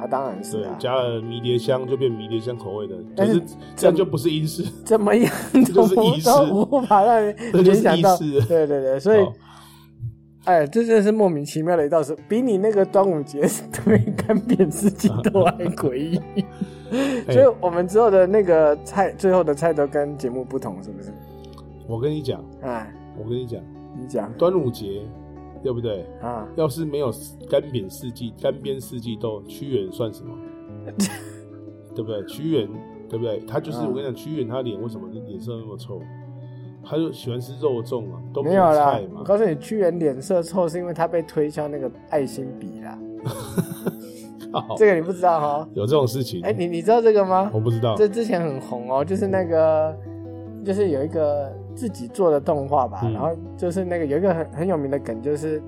Speaker 2: 啊，当然是、啊、
Speaker 1: 对，加了迷迭香就变迷迭香口味的，但是这样就不是意式，
Speaker 2: 怎么样
Speaker 1: 都意式，
Speaker 2: 无法让人联想到。对对对，所以，哎，这真的是莫名其妙的一道是比你那个端午节 对干煸自己都还诡 异。
Speaker 1: 哎
Speaker 2: 所以我们之后的那个菜，最后的菜都跟节目不同，是不是？
Speaker 1: 我跟你讲，哎，我跟你讲，
Speaker 2: 你讲
Speaker 1: 端午节。对不对啊？要是没有干煸四季、干煸四季豆，屈原算 什么？对不对？屈原，对不对？他就是、啊、
Speaker 2: 嗯
Speaker 1: 我跟你讲，屈原他脸为什么脸色那么臭？他就喜欢吃肉粽嘛，都
Speaker 2: 没有啦。
Speaker 1: 嘛
Speaker 2: 我告诉你，屈原脸色臭是因为他被推销那个爱心笔啦。
Speaker 1: 哦
Speaker 2: 这个你不知道哈？
Speaker 1: 有这种事情？
Speaker 2: 哎，你你知道这个吗？
Speaker 1: 我不知道。
Speaker 2: 这之前很红哦，就是那个，就是有一个。自己做的动画吧，嗯、然后就是那个有一个很很有名的梗，就是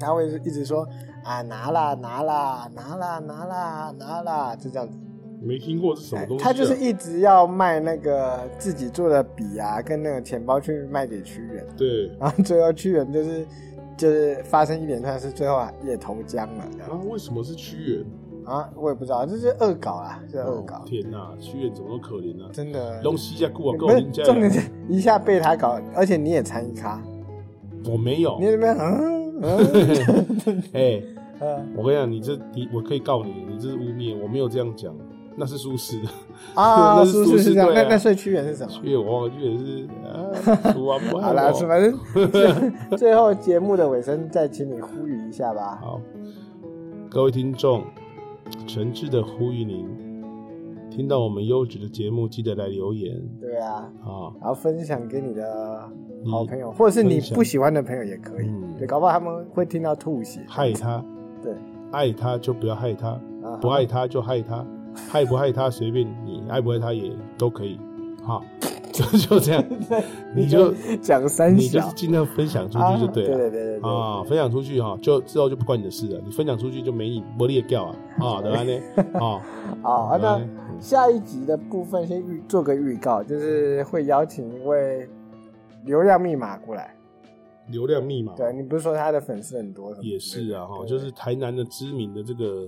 Speaker 2: 他会一直说啊拿啦拿啦拿啦拿啦拿啦，就这样子。
Speaker 1: 没听过是什么东西、啊？
Speaker 2: 他就是一直要卖那个自己做的笔啊，跟那个钱包去卖给屈原。
Speaker 1: 对，
Speaker 2: 然后最后屈原就是就是发生一连串事，最后也投江了。
Speaker 1: 啊，为什么是屈原？哦
Speaker 2: 啊，我也不知道，这是恶搞啊，这是恶搞。
Speaker 1: 天哪，屈原怎么可怜啊？
Speaker 2: 真的，
Speaker 1: 东西一下过啊，
Speaker 2: 不是重点是一下被他搞，而且你也参与他。
Speaker 1: 我没有，
Speaker 2: 你那边 嗯，
Speaker 1: 哎，我跟你讲，你这你我可以告你，你这是污蔑，我没有这样讲，那是苏轼
Speaker 2: 啊，
Speaker 1: 那是苏
Speaker 2: 轼
Speaker 1: 这样，
Speaker 2: 那那所以屈原是什么？
Speaker 1: 屈原我忘了，屈原是啊，
Speaker 2: 好啦，反正最后节目的尾声，再请你呼吁一下吧。
Speaker 1: 好，各位听众。诚挚的呼吁您，听到我们优质的节目，记得来留言。
Speaker 2: 对啊，
Speaker 1: 啊，
Speaker 2: 然后分享给你的好朋友，或者是你不喜欢的朋友也可以。
Speaker 1: 嗯
Speaker 2: 对，搞不好他们会听到吐血。
Speaker 1: 害他，
Speaker 2: 对，
Speaker 1: 爱他就不要害他，
Speaker 2: 啊
Speaker 1: 不爱他就害 他，害不害他随便你，爱不爱他也都可以。 哈，就就这样，你就
Speaker 2: 讲三，
Speaker 1: 你就是尽量分享出去就对了。
Speaker 2: 对对对对
Speaker 1: 啊，分享出去哈，就之后就不 关你的事了。你分享出去就没你没裂掉啊啊，对吧呢？
Speaker 2: 啊，好，那下一集的部分先预做个预告，就是会邀请一位流量密码过来。
Speaker 1: 流量密码
Speaker 2: 对你不是说他的粉丝很多什么？
Speaker 1: 也是啊，哈，
Speaker 2: 对对
Speaker 1: 就是台南的知名的这个，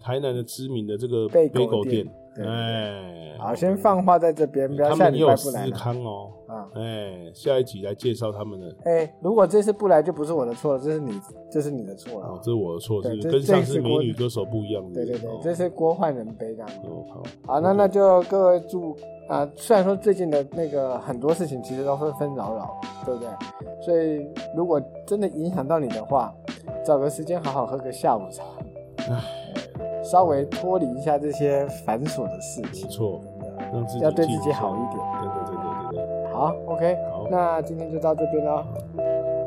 Speaker 1: 台南的知名的这个
Speaker 2: 贝狗
Speaker 1: 狗
Speaker 2: 店
Speaker 1: 店，
Speaker 2: 对对对
Speaker 1: 哎，
Speaker 2: 好，先放话在这边，不要
Speaker 1: 他
Speaker 2: 下
Speaker 1: 们也
Speaker 2: 礼
Speaker 1: 有
Speaker 2: 拜不
Speaker 1: 思
Speaker 2: 来了。
Speaker 1: 康哦，
Speaker 2: 啊，
Speaker 1: 哎，下一集来介绍他们的。
Speaker 2: 哎、如果这次不来就不是我的错了，这是你，这是你的错了。
Speaker 1: 哦，这是我的错，
Speaker 2: 啊对
Speaker 1: 是不是
Speaker 2: 这
Speaker 1: 跟上
Speaker 2: 这
Speaker 1: 次
Speaker 2: 次
Speaker 1: 美
Speaker 2: 郭
Speaker 1: 女歌手不一样的。
Speaker 2: 对对对
Speaker 1: 哦，
Speaker 2: 这是郭换人悲这样。
Speaker 1: 哦好，
Speaker 2: 好，那那就各位祝啊，虽然说最近的那个很多事情其实都纷纷扰扰，对不对？所以如果真的影响到你的话，找个时间好好喝个下午茶，稍微脱离一下这些繁琐的事
Speaker 1: 没
Speaker 2: 情，
Speaker 1: 错，让自己
Speaker 2: 要对
Speaker 1: 静
Speaker 2: 自己
Speaker 1: 下
Speaker 2: 好一点。
Speaker 1: 对对对对对对，
Speaker 2: 好，OK，
Speaker 1: 好
Speaker 2: 那今天就到这边喽，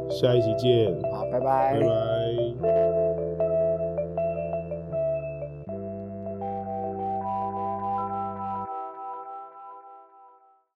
Speaker 1: 下一期见，
Speaker 2: 好，拜
Speaker 1: 拜拜。